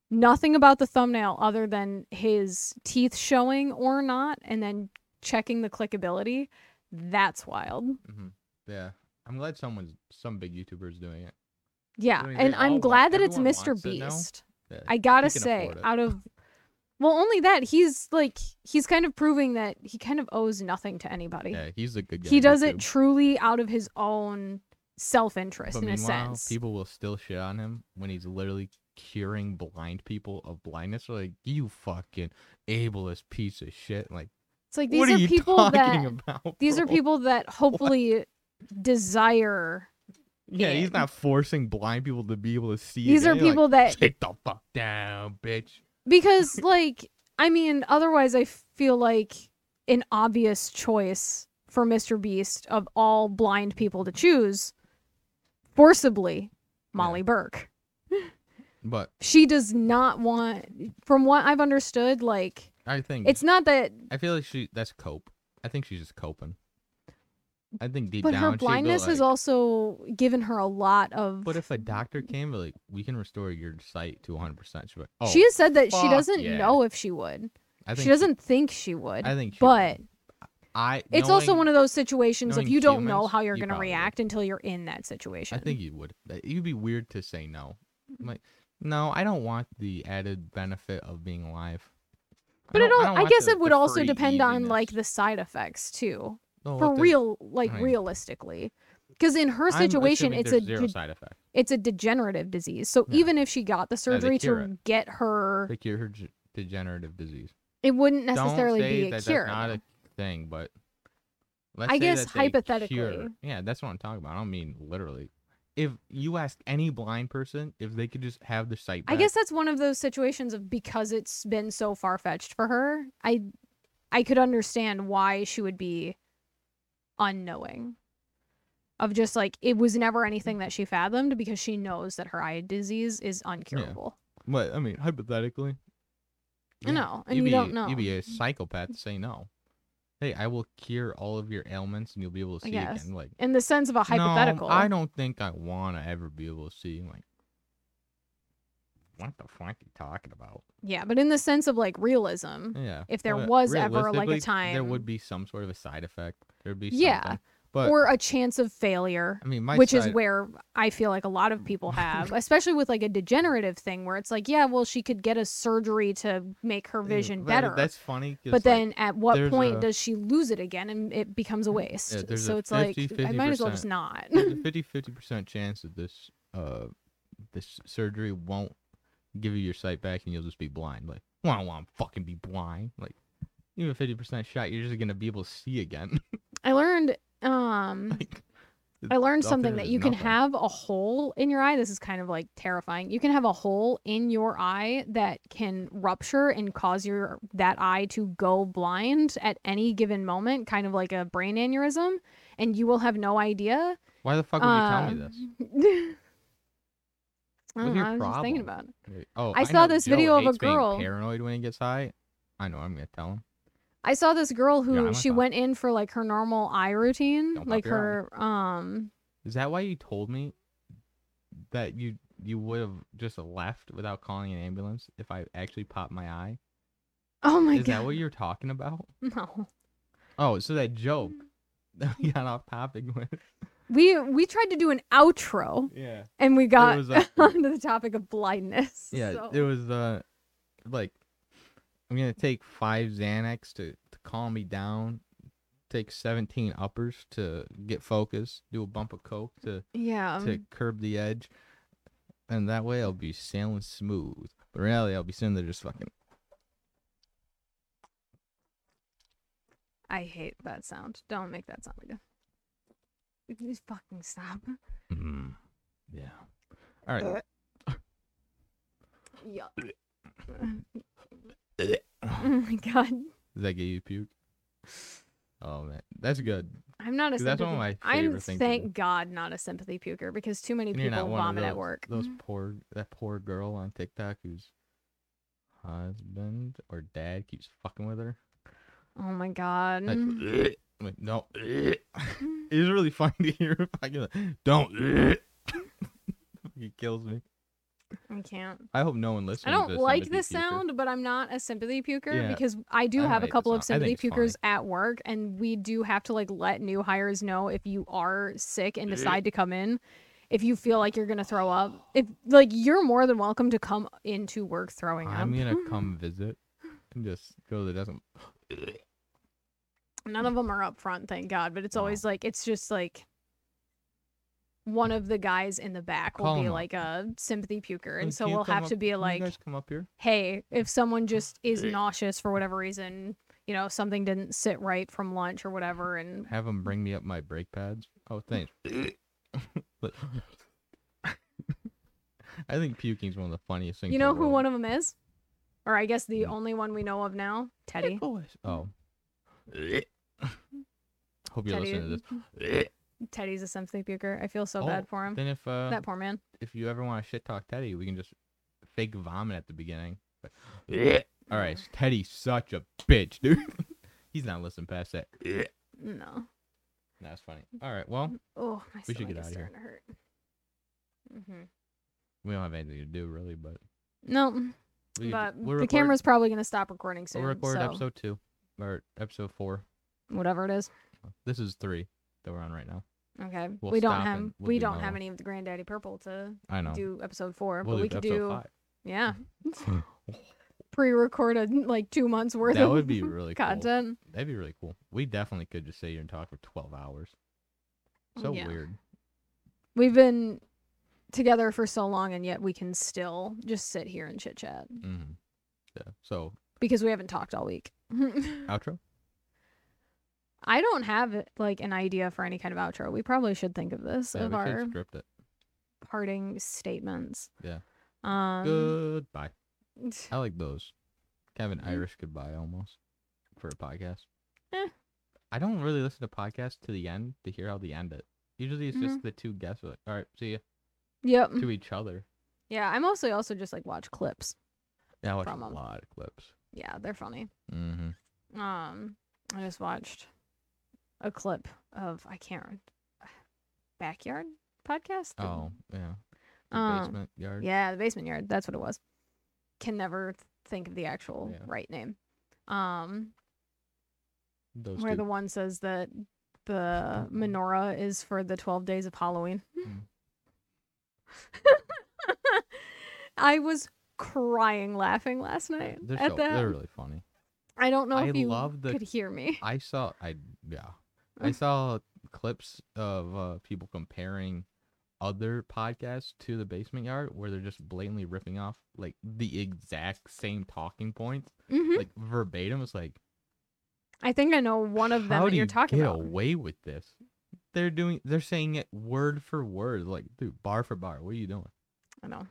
[SPEAKER 2] nothing about the thumbnail other than his teeth showing or not and then checking the clickability that's wild
[SPEAKER 1] Mhm. Yeah, I'm glad someone's some big YouTuber's doing it.
[SPEAKER 2] yeah
[SPEAKER 1] I mean,
[SPEAKER 2] and
[SPEAKER 1] they all
[SPEAKER 2] i'm
[SPEAKER 1] want-
[SPEAKER 2] glad that it's
[SPEAKER 1] everyone
[SPEAKER 2] mr
[SPEAKER 1] wants it now.
[SPEAKER 2] beast
[SPEAKER 1] Yeah,
[SPEAKER 2] i gotta
[SPEAKER 1] can
[SPEAKER 2] say
[SPEAKER 1] afford it.
[SPEAKER 2] out of well only that he's like he's kind of proving that he kind of owes nothing to anybody
[SPEAKER 1] yeah, he's a good guy.
[SPEAKER 2] he
[SPEAKER 1] on
[SPEAKER 2] does it
[SPEAKER 1] YouTube.
[SPEAKER 2] truly out of his own self-interest
[SPEAKER 1] But
[SPEAKER 2] in a
[SPEAKER 1] meanwhile,
[SPEAKER 2] sense
[SPEAKER 1] people will still shit on him when he's literally curing blind people of blindness. They're like, you fucking ableist piece of shit. Like,
[SPEAKER 2] it's like
[SPEAKER 1] what
[SPEAKER 2] these
[SPEAKER 1] are,
[SPEAKER 2] are,
[SPEAKER 1] you
[SPEAKER 2] people
[SPEAKER 1] talking
[SPEAKER 2] that
[SPEAKER 1] about?
[SPEAKER 2] These are
[SPEAKER 1] bro?"
[SPEAKER 2] people that hopefully desire.
[SPEAKER 1] Yeah, he's
[SPEAKER 2] in.
[SPEAKER 1] not forcing blind people to be able to see.
[SPEAKER 2] These are
[SPEAKER 1] again. Like,
[SPEAKER 2] people that
[SPEAKER 1] Take the fuck down, bitch.
[SPEAKER 2] because like I mean otherwise I feel like an obvious choice for Mr. Beast of all blind people to choose forcibly Molly Burke.
[SPEAKER 1] But
[SPEAKER 2] She does not want from what I've understood like
[SPEAKER 1] I think
[SPEAKER 2] it's not that
[SPEAKER 1] I feel like she that's cope. I think she's just coping. I think deep
[SPEAKER 2] but
[SPEAKER 1] down,
[SPEAKER 2] her
[SPEAKER 1] she'd go
[SPEAKER 2] blindness has
[SPEAKER 1] like,
[SPEAKER 2] also given her a lot of
[SPEAKER 1] But if a doctor came, be like, we can restore your sight to 100. percent She'd be like, oh,
[SPEAKER 2] she has said that she
[SPEAKER 1] fuck
[SPEAKER 2] doesn't
[SPEAKER 1] yeah.
[SPEAKER 2] know if she would.
[SPEAKER 1] I think
[SPEAKER 2] She doesn't think she would.
[SPEAKER 1] I think she would.
[SPEAKER 2] but
[SPEAKER 1] I.
[SPEAKER 2] it's also
[SPEAKER 1] knowing-
[SPEAKER 2] one of those situations of
[SPEAKER 1] knowing
[SPEAKER 2] you don't know
[SPEAKER 1] humans,
[SPEAKER 2] how you're
[SPEAKER 1] you
[SPEAKER 2] going to
[SPEAKER 1] probably would.
[SPEAKER 2] react until you're in that situation.
[SPEAKER 1] I think you would. That- You'd be weird to say no.
[SPEAKER 2] Mm-hmm.
[SPEAKER 1] I'm like, no, I don't want the added benefit of being alive.
[SPEAKER 2] but it
[SPEAKER 1] don't-
[SPEAKER 2] all,
[SPEAKER 1] don't
[SPEAKER 2] I,
[SPEAKER 1] want
[SPEAKER 2] guess
[SPEAKER 1] the-
[SPEAKER 2] it would
[SPEAKER 1] the
[SPEAKER 2] also
[SPEAKER 1] free
[SPEAKER 2] depend on
[SPEAKER 1] easiness.
[SPEAKER 2] like the side effects too,
[SPEAKER 1] No,
[SPEAKER 2] for
[SPEAKER 1] if there's-
[SPEAKER 2] real, like
[SPEAKER 1] I mean-
[SPEAKER 2] realistically. Because in her
[SPEAKER 1] I'm
[SPEAKER 2] situation,
[SPEAKER 1] assuming
[SPEAKER 2] it's a
[SPEAKER 1] there's zero
[SPEAKER 2] de-
[SPEAKER 1] side effect.
[SPEAKER 2] it's a degenerative disease. So
[SPEAKER 1] Yeah.
[SPEAKER 2] even if she got the surgery
[SPEAKER 1] cure
[SPEAKER 2] to get her,
[SPEAKER 1] They cure her ge- degenerative disease.
[SPEAKER 2] it wouldn't
[SPEAKER 1] Don't
[SPEAKER 2] necessarily
[SPEAKER 1] say
[SPEAKER 2] be a
[SPEAKER 1] that
[SPEAKER 2] cure.
[SPEAKER 1] That's not a thing, but let's
[SPEAKER 2] I
[SPEAKER 1] say
[SPEAKER 2] guess
[SPEAKER 1] that they
[SPEAKER 2] hypothetically.
[SPEAKER 1] cure- Yeah, that's what I'm talking about. I don't mean literally. If you ask any blind person if they could just have their sight back,
[SPEAKER 2] I guess that's one of those situations of because it's been so far fetched for her, I I could understand why she would be unknowing. Of just like it was never anything that she fathomed because she knows that her eye disease is uncurable.
[SPEAKER 1] But I mean, hypothetically,
[SPEAKER 2] I know, and
[SPEAKER 1] you'd
[SPEAKER 2] you
[SPEAKER 1] be,
[SPEAKER 2] don't know.
[SPEAKER 1] You'd be a psychopath to say no. Hey, I will cure all of your ailments, and you'll be able to
[SPEAKER 2] I
[SPEAKER 1] see
[SPEAKER 2] guess.
[SPEAKER 1] again. Like
[SPEAKER 2] In the sense of a hypothetical.
[SPEAKER 1] No, I don't think I want to ever be able to see. I'm like, what the fuck are you talking about?
[SPEAKER 2] Yeah, but in the sense of like realism.
[SPEAKER 1] Yeah.
[SPEAKER 2] If there
[SPEAKER 1] Well,
[SPEAKER 2] was ever, like, a
[SPEAKER 1] realistically, there
[SPEAKER 2] time-
[SPEAKER 1] would be some sort of a side effect. There'd be
[SPEAKER 2] Yeah,
[SPEAKER 1] something. but
[SPEAKER 2] or a chance of failure.
[SPEAKER 1] I mean, my
[SPEAKER 2] which is
[SPEAKER 1] side-
[SPEAKER 2] where I feel like a lot of people have, especially with like a degenerative thing where it's like, yeah, well, she could get a surgery to make her
[SPEAKER 1] yeah,
[SPEAKER 2] vision
[SPEAKER 1] but
[SPEAKER 2] better.
[SPEAKER 1] That's funny. 'cause,
[SPEAKER 2] but
[SPEAKER 1] like,
[SPEAKER 2] then at what
[SPEAKER 1] there's
[SPEAKER 2] point
[SPEAKER 1] a-
[SPEAKER 2] does she lose it again and it becomes a waste?
[SPEAKER 1] there's
[SPEAKER 2] so
[SPEAKER 1] a
[SPEAKER 2] it's like,
[SPEAKER 1] 50,
[SPEAKER 2] I might as well just
[SPEAKER 1] 50%
[SPEAKER 2] not.
[SPEAKER 1] there's a 50 50% chance that this uh this surgery won't give you your sight back and you'll just be blind. Like, well, I don't want to fucking be blind. Like, even a 50% shot, you're just going to be able to see again.
[SPEAKER 2] I learned, um,
[SPEAKER 1] like,
[SPEAKER 2] I learned
[SPEAKER 1] the
[SPEAKER 2] something
[SPEAKER 1] alternative
[SPEAKER 2] that
[SPEAKER 1] is
[SPEAKER 2] you can
[SPEAKER 1] nothing.
[SPEAKER 2] have a hole in your eye. This is kind of like terrifying. You can have a hole in your eye that can rupture and cause your that eye to go blind at any given moment, kind of like a brain aneurysm, and you will have no idea.
[SPEAKER 1] Why the fuck would
[SPEAKER 2] Um,
[SPEAKER 1] you tell me this?
[SPEAKER 2] this? I
[SPEAKER 1] What's
[SPEAKER 2] don't know,
[SPEAKER 1] your
[SPEAKER 2] Mm, I was just thinking
[SPEAKER 1] problem?
[SPEAKER 2] about it.
[SPEAKER 1] Like, Oh,
[SPEAKER 2] I
[SPEAKER 1] know
[SPEAKER 2] saw this
[SPEAKER 1] Joe
[SPEAKER 2] video of a
[SPEAKER 1] hates being
[SPEAKER 2] girl-
[SPEAKER 1] Paranoid when he gets high. I know. I'm gonna tell him.
[SPEAKER 2] I saw this girl
[SPEAKER 1] I'm
[SPEAKER 2] who
[SPEAKER 1] not
[SPEAKER 2] she
[SPEAKER 1] fine.
[SPEAKER 2] went in for like her normal eye routine,
[SPEAKER 1] Don't pop
[SPEAKER 2] like her
[SPEAKER 1] your
[SPEAKER 2] um
[SPEAKER 1] Is that why you told me that you you would have just left without calling an ambulance if I actually popped my eye?
[SPEAKER 2] Oh my
[SPEAKER 1] Is
[SPEAKER 2] god.
[SPEAKER 1] that what you're talking about?
[SPEAKER 2] No.
[SPEAKER 1] Oh, so that joke that we got off topic with.
[SPEAKER 2] we we tried to do an outro
[SPEAKER 1] Yeah.
[SPEAKER 2] and we got
[SPEAKER 1] was a-
[SPEAKER 2] onto the topic of blindness.
[SPEAKER 1] Yeah.
[SPEAKER 2] so-
[SPEAKER 1] It was uh like I'm gonna take five Xanax to, to calm me down, take seventeen uppers to get focused, do a bump of coke to
[SPEAKER 2] yeah. um,
[SPEAKER 1] to curb the edge. And that way I'll be sailing smooth. But in reality I'll be sitting there just fucking
[SPEAKER 2] I hate that sound. Don't make that sound again. Please fucking stop.
[SPEAKER 1] mm, Yeah. All right.
[SPEAKER 2] Yuck. oh my god.
[SPEAKER 1] Does that get you puke? Oh man. That's good.
[SPEAKER 2] I'm not a
[SPEAKER 1] 'Cause
[SPEAKER 2] sympathy.
[SPEAKER 1] that's one of my
[SPEAKER 2] I'm
[SPEAKER 1] favorite things to
[SPEAKER 2] thank
[SPEAKER 1] do.
[SPEAKER 2] God not a sympathy puker because too many
[SPEAKER 1] And you're
[SPEAKER 2] people
[SPEAKER 1] not one of
[SPEAKER 2] vomit
[SPEAKER 1] those,
[SPEAKER 2] at work. Mm-hmm.
[SPEAKER 1] Those poor that poor girl on TikTok whose husband or dad keeps fucking with her.
[SPEAKER 2] Oh my god.
[SPEAKER 1] That's-
[SPEAKER 2] Mm-hmm.
[SPEAKER 1] I'm like, no. it is really funny to hear if I can don't it kills me.
[SPEAKER 2] I can't.
[SPEAKER 1] I hope no one
[SPEAKER 2] I
[SPEAKER 1] listening.
[SPEAKER 2] don't
[SPEAKER 1] to
[SPEAKER 2] like
[SPEAKER 1] sympathy
[SPEAKER 2] this
[SPEAKER 1] puker.
[SPEAKER 2] sound, but I'm not a sympathy puker
[SPEAKER 1] Yeah.
[SPEAKER 2] because I do
[SPEAKER 1] I don't
[SPEAKER 2] have a
[SPEAKER 1] hate the
[SPEAKER 2] couple of
[SPEAKER 1] sound. I
[SPEAKER 2] sympathy
[SPEAKER 1] think it's funny.
[SPEAKER 2] pukers at work, and we do have to like let new hires know if you are sick and decide to come in. If you feel like you're gonna throw up, if like you're more than welcome to come into work throwing up.
[SPEAKER 1] I'm gonna come visit and just go to the desk. and-
[SPEAKER 2] None of them are up front, thank God. But it's
[SPEAKER 1] No.
[SPEAKER 2] always like it's just like one of the guys in the back will
[SPEAKER 1] Call
[SPEAKER 2] be
[SPEAKER 1] 'em up.
[SPEAKER 2] like a sympathy puker,
[SPEAKER 1] "Hey,
[SPEAKER 2] and so
[SPEAKER 1] can you
[SPEAKER 2] we'll
[SPEAKER 1] come
[SPEAKER 2] have
[SPEAKER 1] up-
[SPEAKER 2] to be
[SPEAKER 1] can
[SPEAKER 2] like,
[SPEAKER 1] you guys come up here.
[SPEAKER 2] hey, if someone just is nauseous for whatever reason, you know, something didn't sit right from lunch or whatever, and
[SPEAKER 1] Have them bring me up my brake pads. Oh, thanks. But- I think puking is one of the funniest things.
[SPEAKER 2] you
[SPEAKER 1] in
[SPEAKER 2] know
[SPEAKER 1] the
[SPEAKER 2] who
[SPEAKER 1] world.
[SPEAKER 2] one of them is? Or I guess the
[SPEAKER 1] Hmm.
[SPEAKER 2] only one we know of now, Teddy.
[SPEAKER 1] Oh. Hope you're
[SPEAKER 2] Teddy, Mm-hmm.
[SPEAKER 1] listening to this.
[SPEAKER 2] Teddy's a sympathy puker. I feel so
[SPEAKER 1] Oh,
[SPEAKER 2] bad for him.
[SPEAKER 1] Then if uh,
[SPEAKER 2] that poor man.
[SPEAKER 1] if you ever want to shit talk Teddy, we can just fake vomit at the beginning. But- All right, Teddy's such a bitch, dude. He's not listening past that.
[SPEAKER 2] No.
[SPEAKER 1] That's funny. All right, well,
[SPEAKER 2] Oh, my
[SPEAKER 1] We should
[SPEAKER 2] stomach
[SPEAKER 1] get
[SPEAKER 2] is
[SPEAKER 1] outta here.
[SPEAKER 2] starting to hurt. hmm
[SPEAKER 1] we don't have anything to do really, but
[SPEAKER 2] No,
[SPEAKER 1] we could-
[SPEAKER 2] but
[SPEAKER 1] we'll
[SPEAKER 2] the
[SPEAKER 1] record-
[SPEAKER 2] camera's probably gonna stop recording soon.
[SPEAKER 1] We'll record
[SPEAKER 2] so
[SPEAKER 1] episode two or episode four.
[SPEAKER 2] whatever it is.
[SPEAKER 1] This is three that we're on right now.
[SPEAKER 2] Okay,
[SPEAKER 1] We'll
[SPEAKER 2] we don't
[SPEAKER 1] stop
[SPEAKER 2] have
[SPEAKER 1] and we'll
[SPEAKER 2] we
[SPEAKER 1] do
[SPEAKER 2] don't
[SPEAKER 1] another
[SPEAKER 2] have
[SPEAKER 1] one.
[SPEAKER 2] any of the Granddaddy Purple to
[SPEAKER 1] I know.
[SPEAKER 2] do episode 4
[SPEAKER 1] we'll
[SPEAKER 2] but we
[SPEAKER 1] do
[SPEAKER 2] could
[SPEAKER 1] episode
[SPEAKER 2] do
[SPEAKER 1] five.
[SPEAKER 2] yeah. pre-recorded like two months worth
[SPEAKER 1] That
[SPEAKER 2] of
[SPEAKER 1] would be really cool.
[SPEAKER 2] content.
[SPEAKER 1] That'd be really cool. We definitely could just sit here and talk for twelve hours. So
[SPEAKER 2] Yeah.
[SPEAKER 1] weird.
[SPEAKER 2] We've been together for so long, and yet we can still just sit here and chit chat
[SPEAKER 1] hmm Yeah. So
[SPEAKER 2] because we haven't talked all week. Mm.
[SPEAKER 1] outro.
[SPEAKER 2] I don't have like an idea for any kind of outro. We probably should think of this
[SPEAKER 1] Yeah,
[SPEAKER 2] of
[SPEAKER 1] we
[SPEAKER 2] our
[SPEAKER 1] could script it.
[SPEAKER 2] parting statements.
[SPEAKER 1] Yeah.
[SPEAKER 2] Um.
[SPEAKER 1] goodbye. I like those. Kind of an
[SPEAKER 2] Mhm.
[SPEAKER 1] Irish goodbye almost for a podcast.
[SPEAKER 2] Eh.
[SPEAKER 1] I don't really listen to podcasts to the end to hear how they end it. Usually it's
[SPEAKER 2] Mm-hmm.
[SPEAKER 1] just the two guests are like, all right, see ya
[SPEAKER 2] Yep.
[SPEAKER 1] to each other.
[SPEAKER 2] Yeah. I mostly also just like watch clips.
[SPEAKER 1] Yeah, I watch
[SPEAKER 2] From
[SPEAKER 1] a
[SPEAKER 2] 'em.
[SPEAKER 1] lot of clips.
[SPEAKER 2] Yeah, they're funny.
[SPEAKER 1] Mm-hmm.
[SPEAKER 2] Um, I just watched a clip of I can't rem- backyard podcast. The-
[SPEAKER 1] Oh, yeah. The
[SPEAKER 2] Um,
[SPEAKER 1] basement yard.
[SPEAKER 2] Yeah, the basement yard. That's what it was. Can never th- think of the actual
[SPEAKER 1] Yeah.
[SPEAKER 2] right name. Um,
[SPEAKER 1] Those
[SPEAKER 2] where
[SPEAKER 1] two. Mm-hmm.
[SPEAKER 2] the one says that the menorah is for the twelve days of Halloween.
[SPEAKER 1] Mm.
[SPEAKER 2] I was crying laughing last night
[SPEAKER 1] They're,
[SPEAKER 2] at
[SPEAKER 1] so,
[SPEAKER 2] that.
[SPEAKER 1] they're really funny.
[SPEAKER 2] I don't know
[SPEAKER 1] I
[SPEAKER 2] if you
[SPEAKER 1] love the-
[SPEAKER 2] could hear me.
[SPEAKER 1] I saw I yeah. I saw clips of uh, people comparing other podcasts to the basement yard where they're just blatantly ripping off like the exact same talking points
[SPEAKER 2] Mhm.
[SPEAKER 1] like verbatim it's like
[SPEAKER 2] I think I know one of them
[SPEAKER 1] how
[SPEAKER 2] that
[SPEAKER 1] do
[SPEAKER 2] you're
[SPEAKER 1] you
[SPEAKER 2] talking
[SPEAKER 1] get
[SPEAKER 2] about.
[SPEAKER 1] away with this they're doing they're saying it word for word like dude bar for bar what are you doing
[SPEAKER 2] I know.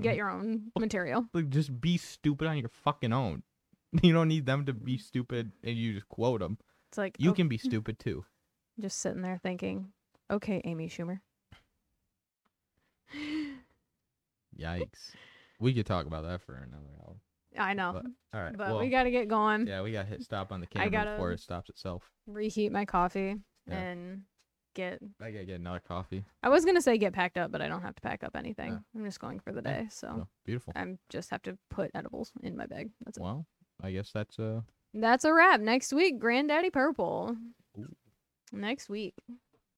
[SPEAKER 2] Get your own material.
[SPEAKER 1] like just be stupid on your fucking own you don't need them to be stupid and you just quote them
[SPEAKER 2] It's like
[SPEAKER 1] you
[SPEAKER 2] oh,
[SPEAKER 1] can be stupid too
[SPEAKER 2] just sitting there thinking, okay, Amy Schumer.
[SPEAKER 1] Yikes. We could talk about that for another hour.
[SPEAKER 2] I know,
[SPEAKER 1] But, all right.
[SPEAKER 2] but,
[SPEAKER 1] well,
[SPEAKER 2] we gotta get going.
[SPEAKER 1] yeah, we got hit stop on the
[SPEAKER 2] I
[SPEAKER 1] camera before
[SPEAKER 2] gotta-
[SPEAKER 1] it stops itself.
[SPEAKER 2] Reheat my coffee
[SPEAKER 1] Yeah.
[SPEAKER 2] and get.
[SPEAKER 1] I gotta get another coffee.
[SPEAKER 2] I was gonna say get packed up, but I don't have to pack up anything.
[SPEAKER 1] Yeah.
[SPEAKER 2] I'm just going for the
[SPEAKER 1] Yeah,
[SPEAKER 2] day, so
[SPEAKER 1] Oh, beautiful.
[SPEAKER 2] I'm just have to put edibles in my bag. That's it.
[SPEAKER 1] Well, I guess that's uh
[SPEAKER 2] That's a wrap. Next week, Granddaddy Purple.
[SPEAKER 1] Ooh.
[SPEAKER 2] Next week.